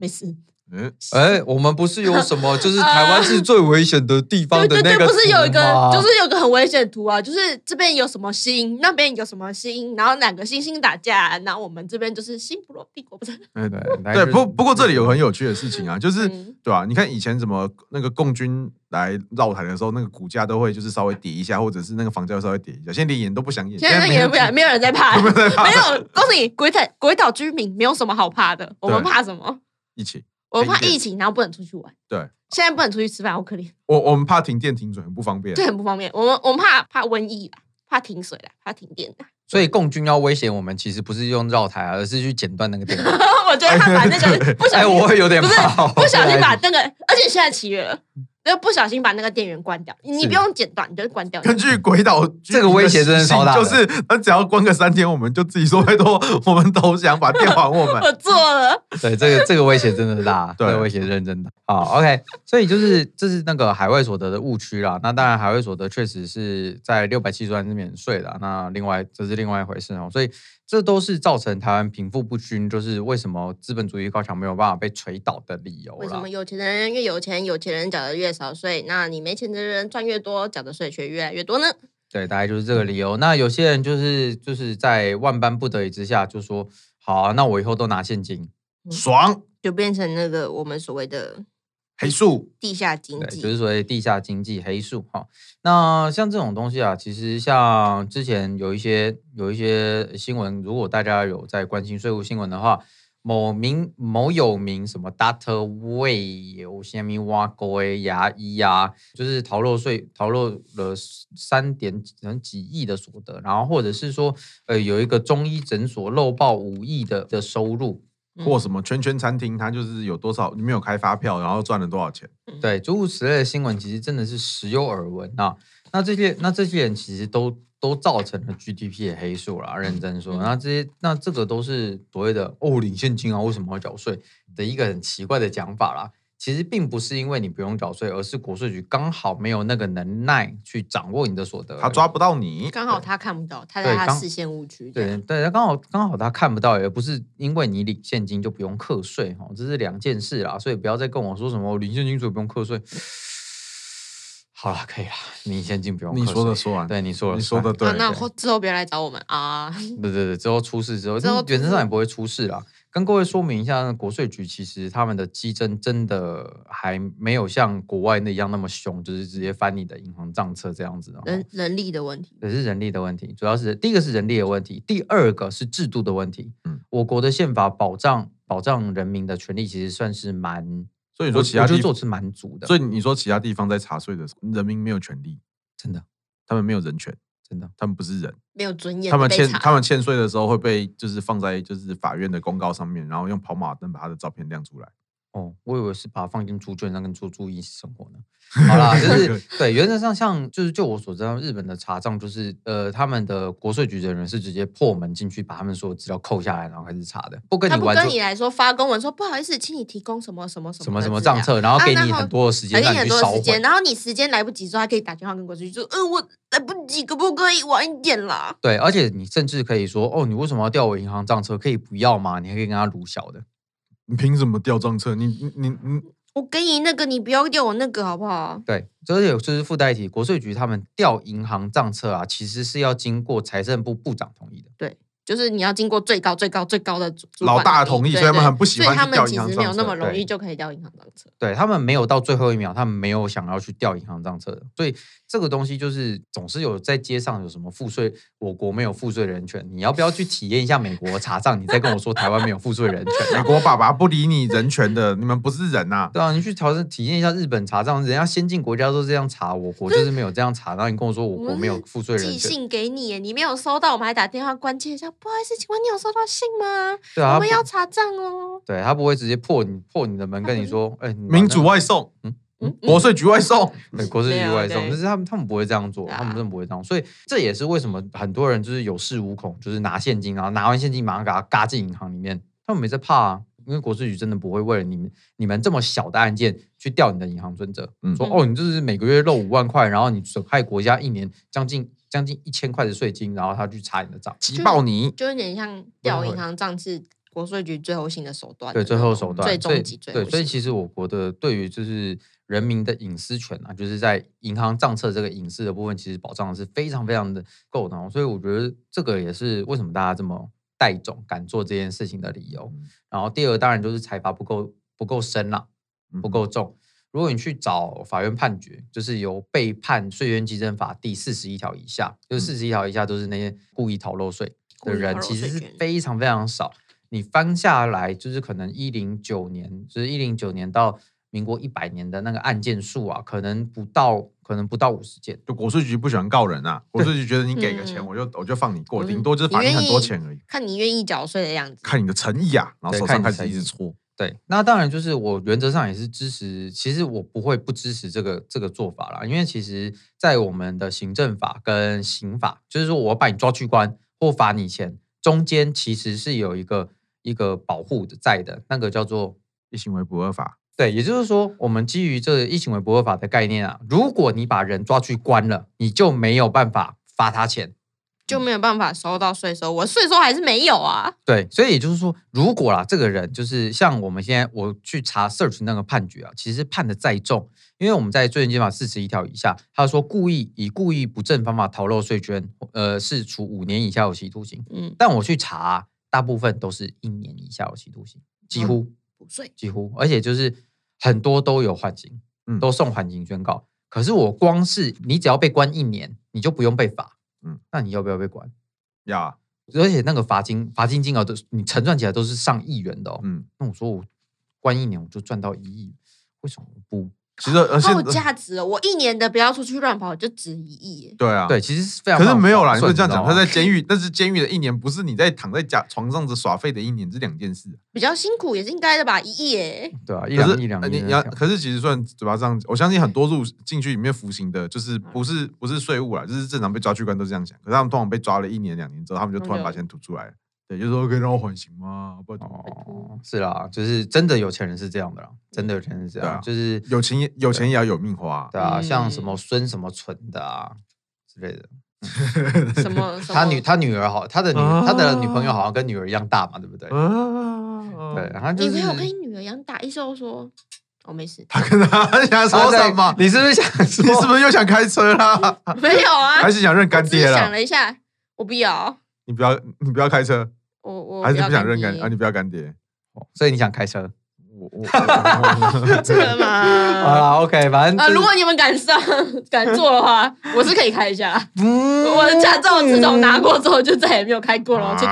Speaker 3: 没事，
Speaker 2: 嗯，
Speaker 1: 哎，我们不是有什么，就是台湾是最危险的地方
Speaker 3: 对
Speaker 1: 的
Speaker 3: 对
Speaker 1: 那
Speaker 3: 对，
Speaker 1: 个
Speaker 3: 不是有一
Speaker 1: 图
Speaker 3: 个
Speaker 1: 吗
Speaker 3: 就是有个很危险的图啊，就是这边有什么星，那边有什么星，然后两个星星打架，然后我们这边就是星不落帝国，不是？
Speaker 2: 哎
Speaker 1: 对
Speaker 2: 对。
Speaker 1: 嗯来嗯
Speaker 2: 对，
Speaker 1: 就
Speaker 2: 不不过这里有很有趣的事情啊，就是
Speaker 3: 嗯
Speaker 2: 对啊，你看以前什么那个共军来绕台的时候，那个股价都会就是稍微跌一下，或者是那个房价稍微跌一下。现在连演都不想演，
Speaker 3: 现在
Speaker 2: 没
Speaker 3: 也
Speaker 2: 人
Speaker 3: 不没有人 在怕，
Speaker 2: 没有人在怕
Speaker 3: 没有，告诉你，鬼岛鬼岛居民没有什么好怕的，我们
Speaker 2: 对
Speaker 3: 怕什么？
Speaker 2: 一起。
Speaker 3: 我们怕
Speaker 2: 停电
Speaker 3: 疫情，然后不能出去玩。
Speaker 2: 对，
Speaker 3: 现在不能出去吃饭，好可怜，
Speaker 2: 我我们怕停电停水很不方便，
Speaker 3: 这很不方便。我们我们怕怕瘟疫啦，怕停水啦，怕停电啦。
Speaker 1: 所以共军要威胁我们，其实不是用绕台啊，而是去剪断那个电缆。
Speaker 3: 我觉得他把那个不小
Speaker 1: 哎，
Speaker 3: 心，
Speaker 1: 我会哎有点
Speaker 3: 不是
Speaker 1: 怕，
Speaker 3: 不小心把那个，而且现在七月了，那不小心把那个电源关掉，你
Speaker 1: 嗯是
Speaker 3: 不用剪断，你就关掉。
Speaker 2: 根据鬼 岛居
Speaker 1: 这
Speaker 2: 民
Speaker 1: 个威胁
Speaker 2: 的
Speaker 1: 真的
Speaker 2: 习
Speaker 1: 超
Speaker 2: 性
Speaker 1: 大的
Speaker 2: 就是他只要关个三天，我们就自己说拜托，我们投降，把电还 我们。
Speaker 3: 我做了，
Speaker 1: 对，这个这个威胁真的大，
Speaker 2: 对
Speaker 1: 这个威胁认真的好 OK，所以就是这是那个海外所得的误区啦。那当然，海外所得确实是在六百七十万是免税的啊、那另外这是另外一回事哦。所以这都是造成台湾贫富不均，就是为什么资本主义高墙没有办法被锤倒的理由
Speaker 3: 为什
Speaker 1: 啦
Speaker 3: 么。有钱的人越有钱，有钱人缴的越少税？那你没钱的人赚越多，缴的税却越来越多呢？
Speaker 1: 对，大概就是这个理由。那有些人就是就是在万般不得已之下，就说好啊，那我以后都拿现金。
Speaker 2: 爽，
Speaker 3: 就变成那个我们所谓的
Speaker 2: 黑树
Speaker 3: 地下经
Speaker 1: 对，
Speaker 3: 济，
Speaker 1: 就是所谓地下经济黑数哈、那像这种东西啊，其实像之前有一些有一些新闻，如果大家有在关心税务新闻的话，某名某有名什么 Data Way 有些咪挖沟诶牙医啊，就是逃漏税逃漏了三点几可能几亿的所得，然后或者是说呃有一个中医诊所漏报五亿的的收入，
Speaker 3: 嗯
Speaker 2: 或什么圈圈餐厅，它就是有多少你没有开发票，然后赚了多少钱。
Speaker 1: 对，诸如此类的新闻，其实真的是时有耳闻啊。那这些那这些人其实都都造成了 GDP 的黑数啦。认真说，
Speaker 3: 嗯
Speaker 1: 那这些那这个都是所谓的哦领现金啊，为什么要缴税的一个很奇怪的讲法啦。其实并不是因为你不用缴税，而是国税局刚好没有那个能耐去掌握你的所得而已，
Speaker 2: 他抓不到你，
Speaker 3: 刚好他看不到，他
Speaker 1: 对
Speaker 3: 在他
Speaker 1: 刚
Speaker 3: 视线误区。
Speaker 1: 对，对，他刚好刚好他看不到，也不是因为你领现金就不用课税哦，这是两件事啦，所以不要再跟我说什么我领现金所以不用课税。好了，可以了，领现金不用课
Speaker 2: 你
Speaker 1: 税。
Speaker 2: 说的说完，
Speaker 1: 对，你说的
Speaker 2: 你说的
Speaker 1: 算
Speaker 2: 对
Speaker 3: 啊，，那
Speaker 1: 对
Speaker 3: 后之后不要来找我们啊！
Speaker 1: 对对对，之后出事之后，
Speaker 3: 之后
Speaker 1: 嗯原则
Speaker 3: 出
Speaker 1: 上
Speaker 3: 事
Speaker 1: 也不会出事啦。跟各位说明一下，国税局其实他们的稽征真的还没有像国外那样那么凶，就是直接翻你的银行账册这样子。哦然
Speaker 3: 人
Speaker 1: 后
Speaker 3: 人力的问题。
Speaker 1: 也是人力的问题，主要是第一个是人力的问题，第二个是制度的问题。
Speaker 2: 嗯
Speaker 1: 嗯，我国的宪法保障保障人民的权利，其实算是蛮，
Speaker 2: 所以你
Speaker 1: 我
Speaker 2: 说其他
Speaker 1: 我觉
Speaker 2: 地
Speaker 1: 得做是蛮足的，
Speaker 2: 所以你说其他地方在查税的时候，人民没有权利，
Speaker 1: 真的
Speaker 2: 他们没有人权，
Speaker 1: 真的。
Speaker 2: 他们不是人，
Speaker 3: 没有尊严
Speaker 2: 他
Speaker 3: 的
Speaker 2: 们
Speaker 3: 被
Speaker 2: 欠
Speaker 3: 查，
Speaker 2: 他们欠税的时候会被就是放在就是法院的公告上面，然后用跑马灯把他的照片亮出来。
Speaker 1: 哦，我以为是把它放进猪圈上跟猪猪一起生 活呢。好啦，就是对，原则上像就是就我所知道，日本的查账就是呃，他们的国税局的人是直接破门进去，把他们所有资料扣下来，然后开始查的，不跟
Speaker 3: 他
Speaker 1: 你
Speaker 3: 不
Speaker 1: 玩
Speaker 3: 跟
Speaker 1: 就
Speaker 3: 你来说发公文说不好意思，请你提供什么什么什
Speaker 1: 什么
Speaker 3: 么的
Speaker 1: 什么
Speaker 3: 资料
Speaker 1: 账，册，然后
Speaker 3: 啊
Speaker 1: 给
Speaker 3: 然
Speaker 1: 你
Speaker 3: 后
Speaker 1: 很多的时
Speaker 3: 而
Speaker 1: 间
Speaker 3: 且
Speaker 1: 让
Speaker 3: 很
Speaker 1: 你去
Speaker 3: 多
Speaker 1: 烧
Speaker 3: 时间，啊
Speaker 1: 毁。
Speaker 3: 然后你时间来不及之后，还可以打电话跟国税局说，嗯，我来不及，可不可以晚一点啦？
Speaker 1: 对，而且你甚至可以说，哦，你为什么要调我银行账册？可以不要吗？你还可以跟他撸小的。
Speaker 2: 你凭什么调账册？你你你你
Speaker 3: 我给你那个，你不要掉我那个，好不好？
Speaker 1: 对，这有就是附带一题，国税局他们调银行账册啊，其实是要经过财政部部长同意的。
Speaker 3: 就是你要经过最高、最高、最高的主主
Speaker 2: 老
Speaker 3: 管
Speaker 2: 大同意
Speaker 3: 对
Speaker 2: 所以他们
Speaker 3: 对
Speaker 2: 很不喜
Speaker 3: 所以
Speaker 2: 欢去
Speaker 3: 他们
Speaker 2: 调
Speaker 3: 其
Speaker 2: 银行
Speaker 3: 实没有
Speaker 2: 账
Speaker 3: 那
Speaker 2: 册
Speaker 3: 么容易
Speaker 1: 对
Speaker 3: 就可以调银行账册。
Speaker 1: 对他们没有到最后一秒，他们没有想要去调银行账册的，所以这个东西就是总是有在街上有什么赋税，我国没有赋税人权，你要不要去体验一下美国查账？你再跟我说台湾没有赋税人权
Speaker 2: 美
Speaker 1: 啊？
Speaker 2: 国爸爸不理你人权的，你们不是人呐、
Speaker 1: 对啊，你去朝圣体验一下日本查账，人家先进国家都是这样查，我国
Speaker 3: 嗯
Speaker 1: 就是没有这样查。然后你跟我说我国没有赋税人
Speaker 3: 寄
Speaker 1: 权，
Speaker 3: 信给你耶，你没有收到，我们还打电话关切一下，不好意思，请问你有收到信吗？
Speaker 1: 对啊，
Speaker 3: 我
Speaker 1: 他
Speaker 3: 们
Speaker 1: 不
Speaker 3: 要查账哦。
Speaker 1: 对他不会直接破你破你的门
Speaker 3: 他
Speaker 1: 跟
Speaker 3: 不
Speaker 1: 你
Speaker 3: 是
Speaker 1: 说，哎，你把
Speaker 2: 民
Speaker 1: 那
Speaker 2: 主
Speaker 1: 个
Speaker 2: 外送，
Speaker 3: 嗯，
Speaker 2: 国税局外送，
Speaker 1: 对，国税
Speaker 3: 没
Speaker 1: 局
Speaker 3: 有
Speaker 1: 外送，
Speaker 3: 对
Speaker 1: 但是他们他们不会这样做，
Speaker 3: 对啊
Speaker 1: 他们真的不会这样，所以这也是为什么很多人就是有恃无恐，就是拿现金，然后拿完现金马上给它嘎进银行里面，他们没在怕啊，因为国税局真的不会为了你们你们这么小的案件去调你的银行存折，
Speaker 2: 嗯
Speaker 1: 说
Speaker 3: 嗯
Speaker 1: 哦你这是每个月漏五万块，然后你损害国家一年将近将近一千块的税金，然后他去查你的账，
Speaker 2: 挤爆你。
Speaker 3: 就有点像调银行账是国税局最后性的手段。
Speaker 1: 对，最后手段，
Speaker 3: 最
Speaker 1: 所以
Speaker 3: 终极最
Speaker 1: 对，
Speaker 3: 后
Speaker 1: 所以
Speaker 3: 性
Speaker 1: 其实我国的对于就是人民的隐私权啊，就是在银行账册这个隐私的部分，其实保障的是非常非常的够的哦。所以我觉得这个也是为什么大家这么带种敢做这件事情的理由。
Speaker 3: 嗯
Speaker 1: 然后第二个当然就是财阀不够不够深啦、
Speaker 3: 嗯
Speaker 1: 不够重。如果你去找法院判决，就是由被判《税捐稽征法》第四十一条以下，就是四十一条以下都是那些故意逃漏税
Speaker 3: 嗯故
Speaker 1: 的
Speaker 3: 意逃
Speaker 1: 人，
Speaker 3: 漏
Speaker 1: 其
Speaker 3: 税
Speaker 1: 实是
Speaker 3: 捐
Speaker 1: 非常非常少。你翻下来，就是可能一零九年，就是一零九年到民国一百年的那个案件数啊，可能不到，可能不到五十件。
Speaker 2: 就国税局不喜欢告人啊，国税局觉得你给个钱，
Speaker 3: 嗯
Speaker 2: 我就我就放你过，
Speaker 3: 嗯
Speaker 2: 顶多就是罚
Speaker 3: 你
Speaker 2: 你
Speaker 3: 愿
Speaker 2: 很多
Speaker 3: 意
Speaker 2: 钱而已，
Speaker 3: 看你愿意缴税的样子。
Speaker 2: 看你的诚意啊，然后
Speaker 1: 对
Speaker 2: 手
Speaker 1: 看
Speaker 2: 上
Speaker 1: 你
Speaker 2: 开始
Speaker 1: 诚
Speaker 2: 一直
Speaker 1: 意
Speaker 2: 搓。
Speaker 1: 对，那当然就是我原则上也是支持，其实我不会不支持这个这个做法啦，因为其实，在我们的行政法跟刑法，就是说我要把你抓去关或罚你钱，中间其实是有一个一个保护的在的，那个叫做
Speaker 2: 一行为不二法，
Speaker 1: 对，也就是说，我们基于这个一行为不合法的概念啊，如果你把人抓去关了，你就没有办法罚他钱。
Speaker 3: 就没有办法收到税收，我税收还是没有啊。
Speaker 1: 对，所以也就是说，如果啦，这个人就是像我们现在我去查 search 那个判决啊，其实判的再重，因为我们在《罪人刑法》四十一条以下，他说故意以故意不正方法逃漏税捐，呃，是处五年以下有期徒刑。
Speaker 3: 嗯，
Speaker 1: 但我去查啊、大部分都是一年以下有期徒刑，几
Speaker 3: 嗯
Speaker 1: 乎、
Speaker 3: 补税
Speaker 1: 几乎，而且就是很多都有缓刑，
Speaker 2: 嗯
Speaker 1: 都送缓刑宣告。可是我光是你只要被关一年，你就不用被罚，
Speaker 2: 嗯
Speaker 1: 嗯，那你要不要被关？
Speaker 2: 要啊，
Speaker 1: 而且那个罚金罚金金额都是你乘算起来都是上亿元的哦。
Speaker 2: 嗯，
Speaker 1: 那我说我关一年我就赚到一亿，为什么我不？
Speaker 2: 其实而且
Speaker 3: 好有价值哦！我一年的不要出去乱跑，就值一亿耶。
Speaker 2: 对啊，
Speaker 1: 对，。其实是非常
Speaker 2: 可是没有啦，
Speaker 1: 啦，
Speaker 2: 你不能这样讲。
Speaker 1: 知道吗
Speaker 2: 他在监狱，那是监狱的一年，不是你在躺在家床上的耍废的一年，这两件事。啊
Speaker 3: 比较辛苦也是应该的吧，一亿耶。
Speaker 1: 对啊，一
Speaker 2: 可
Speaker 1: 两
Speaker 2: 是
Speaker 1: 一两
Speaker 2: 呃
Speaker 1: 亿
Speaker 2: 你
Speaker 1: 的
Speaker 2: 你要，
Speaker 1: 那条
Speaker 2: 可是其实虽然嘴巴这样，我相信很多入进去里面服刑
Speaker 1: 嗯
Speaker 2: 的，就是不是不是税务啦，就是正常被抓去关都是这样想。可是他们通常被抓了一年两年之后，他
Speaker 1: 嗯
Speaker 2: 们就突然把钱吐出来了，对，就说可以让我缓刑吗？不然怎么办
Speaker 1: 哦，是啦，就是真的有钱人是这样的啦，真的有钱人是这
Speaker 2: 对
Speaker 1: 样，
Speaker 2: 啊
Speaker 1: 就是
Speaker 2: 有钱也有钱也要有命花啊、
Speaker 1: 对啊，像什
Speaker 3: 嗯
Speaker 1: 么孙什么存的啊之类的。
Speaker 3: 什么？什么
Speaker 1: 他女他女儿好，他的女、
Speaker 2: 哦
Speaker 1: 他的女朋友好像跟女儿一样大嘛，对不对？
Speaker 2: 啊，
Speaker 1: 对，然后就
Speaker 3: 女
Speaker 1: 是
Speaker 3: 朋友跟你女儿一样大，医生说我、没事，
Speaker 2: 他跟他想
Speaker 1: 他
Speaker 2: 说
Speaker 1: 在
Speaker 2: 什么？
Speaker 1: 你是不是想
Speaker 2: 你是
Speaker 1: 说？
Speaker 2: 不是又想开车啦？
Speaker 3: 没有啊，
Speaker 2: 还是想认
Speaker 3: 我
Speaker 2: 干
Speaker 3: 只
Speaker 2: 爹
Speaker 3: 是想
Speaker 2: 啦？
Speaker 3: 了一下，我不要，
Speaker 2: 你不要你不要开车，
Speaker 3: 我我
Speaker 2: 还是不
Speaker 3: 要
Speaker 2: 想
Speaker 3: 干
Speaker 2: 认干
Speaker 3: 爹
Speaker 2: 啊？你不要干爹，
Speaker 1: 哦所以你想开车？
Speaker 2: 我我我
Speaker 3: 这个
Speaker 1: 好
Speaker 3: 嘛。
Speaker 1: 啦 OK，反正
Speaker 3: 啊，
Speaker 1: 就是
Speaker 3: 如果你们敢上 敢坐的话，我是可以开一下。
Speaker 1: 嗯
Speaker 3: 我的驾照自从拿过之后，就再也没有开过了。我确定。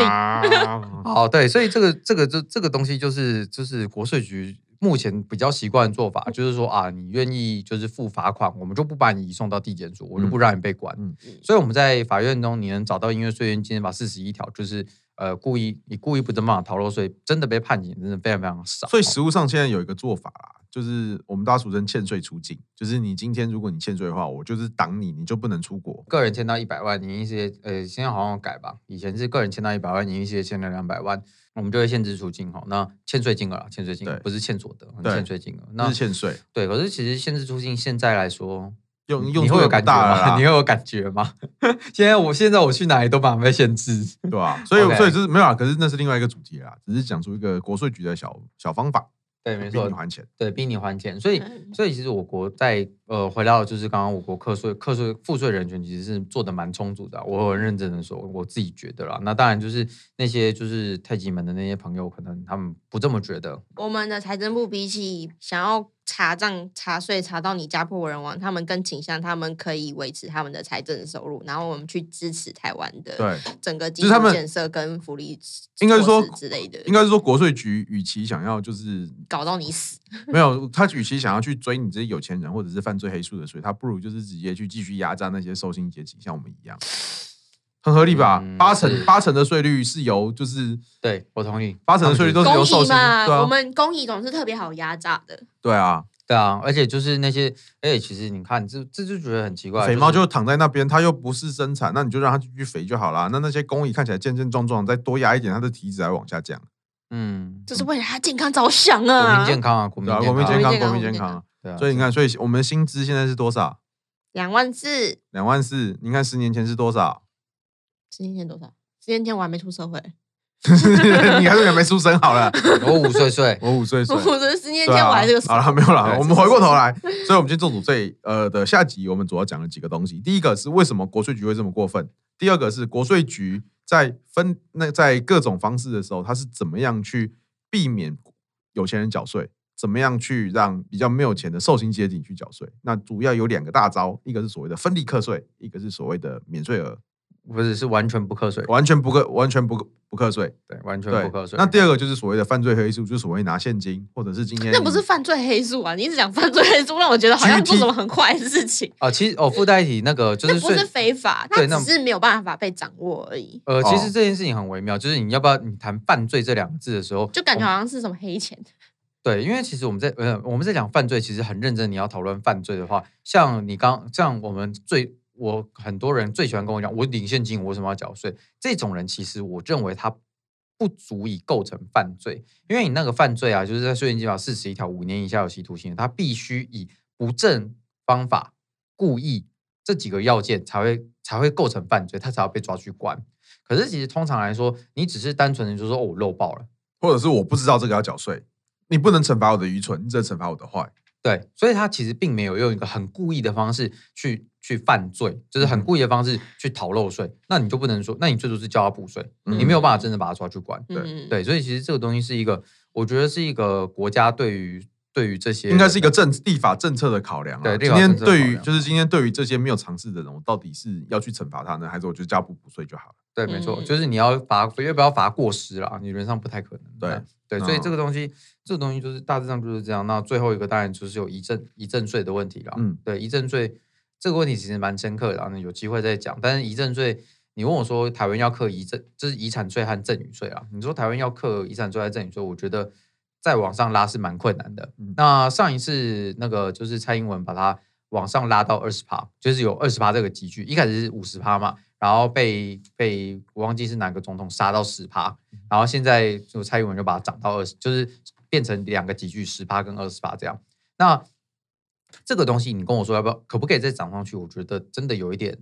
Speaker 2: 定。
Speaker 1: 好，哦对，所以这个这个这这个东西就是就是国税局目前比较习惯的做法，
Speaker 2: 嗯
Speaker 1: 就是说啊，你愿意就是付罚款，我们就不把你移送到地检署，我就不让你被管。
Speaker 2: 嗯
Speaker 1: 所以我们在法院中，你能找到《音乐税源基本法》四十一条，就是呃故意你故意不正当逃漏税，真的被判刑真的非常非常少。
Speaker 2: 所以实务上现在有一个做法啦，就是我们大家俗称欠税出境，就是你今天如果你欠税的话，我就是挡你，你就不能出国。
Speaker 1: 个人欠到一百万，你一些呃，现在好像有改吧，以前是个人欠到一百万，你一些欠了两百万，我们就会限制出境哈。那欠税金额啊，欠税金额
Speaker 2: 对
Speaker 1: 不是欠所得，
Speaker 2: 对
Speaker 1: 欠税金额。
Speaker 2: 那
Speaker 1: 那
Speaker 2: 是欠税，
Speaker 1: 对，可是其实限制出境现在来说，
Speaker 2: 用
Speaker 1: 你
Speaker 2: 用
Speaker 1: 你
Speaker 2: 处
Speaker 1: 会
Speaker 2: 也
Speaker 1: 有
Speaker 2: 不
Speaker 1: 感觉
Speaker 2: 大了
Speaker 1: 吗？
Speaker 2: 啦
Speaker 1: 你会有感觉吗？ 现在我现在我去哪里都把被限制。
Speaker 2: 对吧、所以
Speaker 1: OK
Speaker 2: 所以就是没有啊，可是那是另外一个主题啦，只是讲出一个国税局的小小方法，
Speaker 1: 对，没
Speaker 2: 逼
Speaker 1: 错
Speaker 2: 你，还钱。
Speaker 1: 对，逼你还钱。所以
Speaker 3: 嗯，
Speaker 1: 所以其实我国在呃，回到就是刚刚我国课税、课税、赋税人权其实是做的蛮充足的啊、我很认真的说，我自己觉得啦。那当然就是那些就是太极门的那些朋友，可能他们不这么觉得。
Speaker 3: 我们的财政部比起想要查账、查税、查到你家破人亡，他们更倾向他们可以维持他们的财政收入，然后我们去支持台湾的
Speaker 2: 对，
Speaker 3: 整个基
Speaker 2: 就是他
Speaker 3: 础
Speaker 2: 们
Speaker 3: 建设跟福利措施
Speaker 2: 应该是说
Speaker 3: 之类的，
Speaker 2: 应该是说国税局与其想要就是
Speaker 3: 搞到你死。
Speaker 2: 没有，他与其想要去追你这些有钱人或者是犯罪黑数的税，他不如就是直接去继续压榨那些受薪阶级，像我们一样，很合理吧？
Speaker 1: 嗯
Speaker 2: 八成
Speaker 1: 是
Speaker 2: 八成的税率是由就是
Speaker 1: 对我同意，
Speaker 2: 八成的税率都
Speaker 1: 他们觉得
Speaker 2: 是由
Speaker 3: 公
Speaker 2: 受
Speaker 3: 益
Speaker 2: 薪，对
Speaker 3: 嘛，我
Speaker 2: 啊，
Speaker 3: 们公益总是特别好压榨的。
Speaker 2: 对啊，
Speaker 1: 对啊，而且就是那些，而且其实你看，这这啊就觉得很奇怪，
Speaker 2: 肥猫
Speaker 1: 是
Speaker 2: 就躺在那边，它又不是生产，那你就让它继续肥就好啦。那那些工蚁看起来健健壮壮，再多压一点，它的体脂还往下降，
Speaker 1: 嗯，
Speaker 3: 这是为了他健康着想
Speaker 1: 国
Speaker 3: 啊
Speaker 1: 民！健康啊，国民
Speaker 2: 嗯对啊，
Speaker 1: 健康啊，
Speaker 2: 国民健康，
Speaker 3: 国民健康
Speaker 2: 国民健康啊。
Speaker 1: 对啊，
Speaker 2: 所以你看，所以我们的薪资现在是多少？
Speaker 3: 两万四，
Speaker 2: 两万四。你看十年前是多少？
Speaker 3: 十年前多少？十年前我还没出社会，
Speaker 2: 你还是没出生好了。
Speaker 1: 我五岁岁，
Speaker 2: 我五岁岁。
Speaker 3: 我的十年
Speaker 2: 对
Speaker 3: 前
Speaker 2: 啊，
Speaker 3: 我还是个死
Speaker 2: 好了，没有
Speaker 1: 对
Speaker 2: 了。我
Speaker 1: 是
Speaker 2: 们
Speaker 1: 是
Speaker 2: 回过头来，所以我们今天做主罪呃的下集，我们主要讲了几个东西。第一个是为什么国税局会这么过分？第二个是国税局在分那在各种方式的时候，它是怎么样去避免有钱人缴税？怎么样去让比较没有钱的受薪阶级去缴税？那主要有两个大招，一个是所谓的分离课税，一个是所谓的免税额，
Speaker 1: 不是是完全不课税，
Speaker 2: 完全不课完全不不课税。
Speaker 1: 对，完全
Speaker 2: 对
Speaker 1: 不课，税。
Speaker 2: 那第二个就是所谓的犯罪黑数，就是所谓拿现金或者是今
Speaker 1: 嗯
Speaker 2: 天
Speaker 3: 那不是犯罪黑数啊！你一直讲犯罪黑数，让我觉得好像做
Speaker 2: GT
Speaker 3: 什么很坏的事情。
Speaker 1: 啊，其实哦，附带一题那个 就
Speaker 3: 那
Speaker 1: 是
Speaker 3: 不是
Speaker 1: 税。
Speaker 3: 非法，
Speaker 1: 对
Speaker 3: 它
Speaker 1: 那
Speaker 3: 只是没有办法被掌握而已。
Speaker 1: 呃，其
Speaker 2: 哦
Speaker 1: 实这件事情很微妙，就是你要不要你谈犯罪这两个字的时候，
Speaker 3: 就感觉
Speaker 1: 我们
Speaker 3: 好像是什么黑
Speaker 1: 哦
Speaker 3: 钱，
Speaker 1: 对，因为其实我们在呃我们在讲犯罪，其实很认真。你要讨论犯罪的话，像你刚像我们最我很多人最喜欢跟我讲，我领现金，我为什么要缴税？这种人其实我认为他不足以构成犯罪，因为你那个犯罪啊，就是在《税金基本法》四十一条五年以下有期徒刑，他必须以不正方法、故意这几个要件才会才会构成犯罪，他才要被抓去关。可是其实通常来说，你只是单纯的就说哦，我漏报了。
Speaker 2: 或者是我不知道这个要缴税，你不能惩罚我的愚蠢，你只能惩罚我的坏。
Speaker 1: 对，所以他其实并没有用一个很故意的方式去去犯罪，就是
Speaker 2: 嗯
Speaker 1: 很故意的方式去逃漏税，那你就不能说，那你最多是叫他补税，你
Speaker 2: 嗯
Speaker 1: 没有办法真的把他抓去关。
Speaker 2: 对
Speaker 3: 嗯，
Speaker 1: 对，所以其实这个东西是一个，我觉得是一个国家对于对于这些
Speaker 2: 应该是一个
Speaker 1: 人的
Speaker 2: 政立法政策的考量啊。
Speaker 1: 对立
Speaker 2: 今
Speaker 1: 法
Speaker 2: 天
Speaker 1: 政策
Speaker 2: 对
Speaker 1: 考
Speaker 2: 于
Speaker 1: 量
Speaker 2: 就是今天对于这些没有尝试的人，我到底是要去惩罚他呢，还是我就加不补税就好了？
Speaker 1: 对，没错，
Speaker 3: 嗯
Speaker 1: 就是你要罚，要不要罚过失啦？理论上不太可能。
Speaker 2: 对
Speaker 1: 对，所以
Speaker 2: 嗯
Speaker 1: 这个东西，这个东西就是大致上就是这样。那最后一个当然就是有遗赠遗赠税的问题啦。
Speaker 2: 嗯，
Speaker 1: 对，遗赠税这个问题其实蛮深刻的，然后有机会再讲。但是遗赠税，你问我说台湾要课遗赠，就是遗产税和赠与税啊？你说台湾要课遗产税和赠与税，我觉得再往上拉是蛮困难的。
Speaker 2: 嗯
Speaker 1: 那上一次那个就是蔡英文把它往上拉到二十趴，就是有二十趴这个集距，一开始是五十趴嘛，然后被被我忘记是哪个总统杀到十趴，然后现在就蔡英文就把它涨到二十，就是变成两个集距十趴跟二十趴这样。那这个东西，你跟我说要不要，可不可以再涨上去？我觉得真的有一点，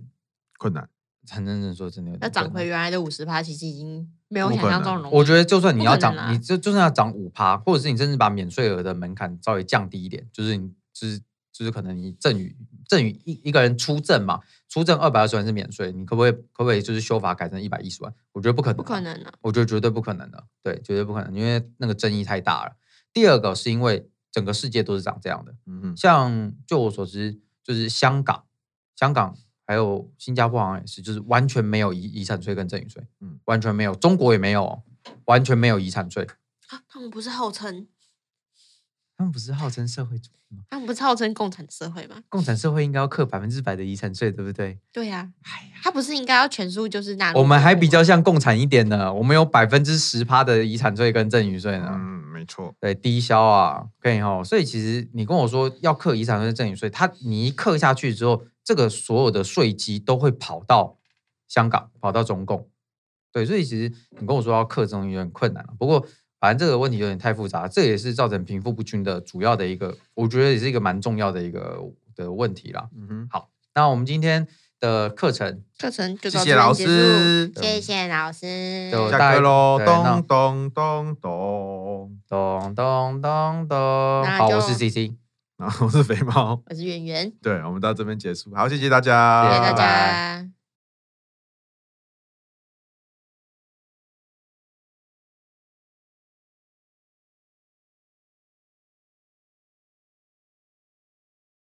Speaker 2: 困难，
Speaker 1: 很认真地说，真的有
Speaker 3: 那
Speaker 1: 点
Speaker 3: 涨
Speaker 1: 困
Speaker 3: 回
Speaker 1: 难。
Speaker 3: 原来的五十趴，其实已经没有
Speaker 2: 不
Speaker 3: 我
Speaker 2: 可
Speaker 3: 想象中
Speaker 2: 能
Speaker 3: 容易。
Speaker 1: 我觉得，就算你要
Speaker 3: 不可能
Speaker 1: 涨，
Speaker 3: 啦
Speaker 1: 你就就算要涨五趴，或者是你甚至把免税额的门槛稍微降低一点，就是你就是就是可能你赠与赠与一一个人出赠嘛，出赠二百二十万是免税，你可不可以可不可以就是修法改成一百一十万？我觉得不可能，
Speaker 3: 不可，能啊，
Speaker 1: 我觉得绝对不可能的，对，绝对不可能，因为那个争议太大了。第二个是因为整个世界都是长这样的，
Speaker 2: 嗯哼，
Speaker 1: 像就我所知，就是香港、香港还有新加坡好像也是，就是完全没有遗遗产税跟赠与税，
Speaker 2: 嗯
Speaker 1: 完全没有，中国也没有哦，完全没有遗产税。
Speaker 3: 啊他们不是号称
Speaker 1: 他们不是号称社会主义吗？
Speaker 3: 他们不是号称共产社会吗？
Speaker 1: 共产社会应该要课百分之百的遗产税，对不对？
Speaker 3: 对呀、
Speaker 1: 哎呀，
Speaker 3: 他不是应该要全数就是纳入
Speaker 1: 我们还比较
Speaker 3: 中
Speaker 1: 像共产一点呢，我们有百分之十趴的遗产税跟赠与税呢。
Speaker 2: 嗯，没错，
Speaker 1: 对低消啊，可以哦。所以其实你跟我说要课遗产税、赠与税，它你一课下去之后，这个所有的税基都会跑到香港，跑到中共。对，所以其实你跟我说要课这种有点困难了、啊不过反正这个问题有点太复杂，这也是造成贫富不均的主要的一个，我觉得也是一个蛮重要的一个的问题啦。
Speaker 2: 嗯哼，
Speaker 1: 那我们今天的课程
Speaker 3: 国课程就
Speaker 2: 谢谢
Speaker 3: 到这边
Speaker 2: 老
Speaker 3: 结束
Speaker 2: 师
Speaker 3: 谢谢老师，
Speaker 1: 就呃大
Speaker 2: 下课喽，
Speaker 1: 对那
Speaker 2: 咚咚咚
Speaker 1: 咚
Speaker 2: 咚，
Speaker 1: 咚咚咚，
Speaker 3: 那
Speaker 1: 好，我是
Speaker 3: 就
Speaker 1: C C，
Speaker 2: 然后我是肥猫，
Speaker 3: 我是圆圆，
Speaker 2: 对，我们到这边结束，好，谢谢大家，
Speaker 3: 谢谢
Speaker 1: 谢
Speaker 3: 大
Speaker 1: 拜
Speaker 3: 家。
Speaker 1: 拜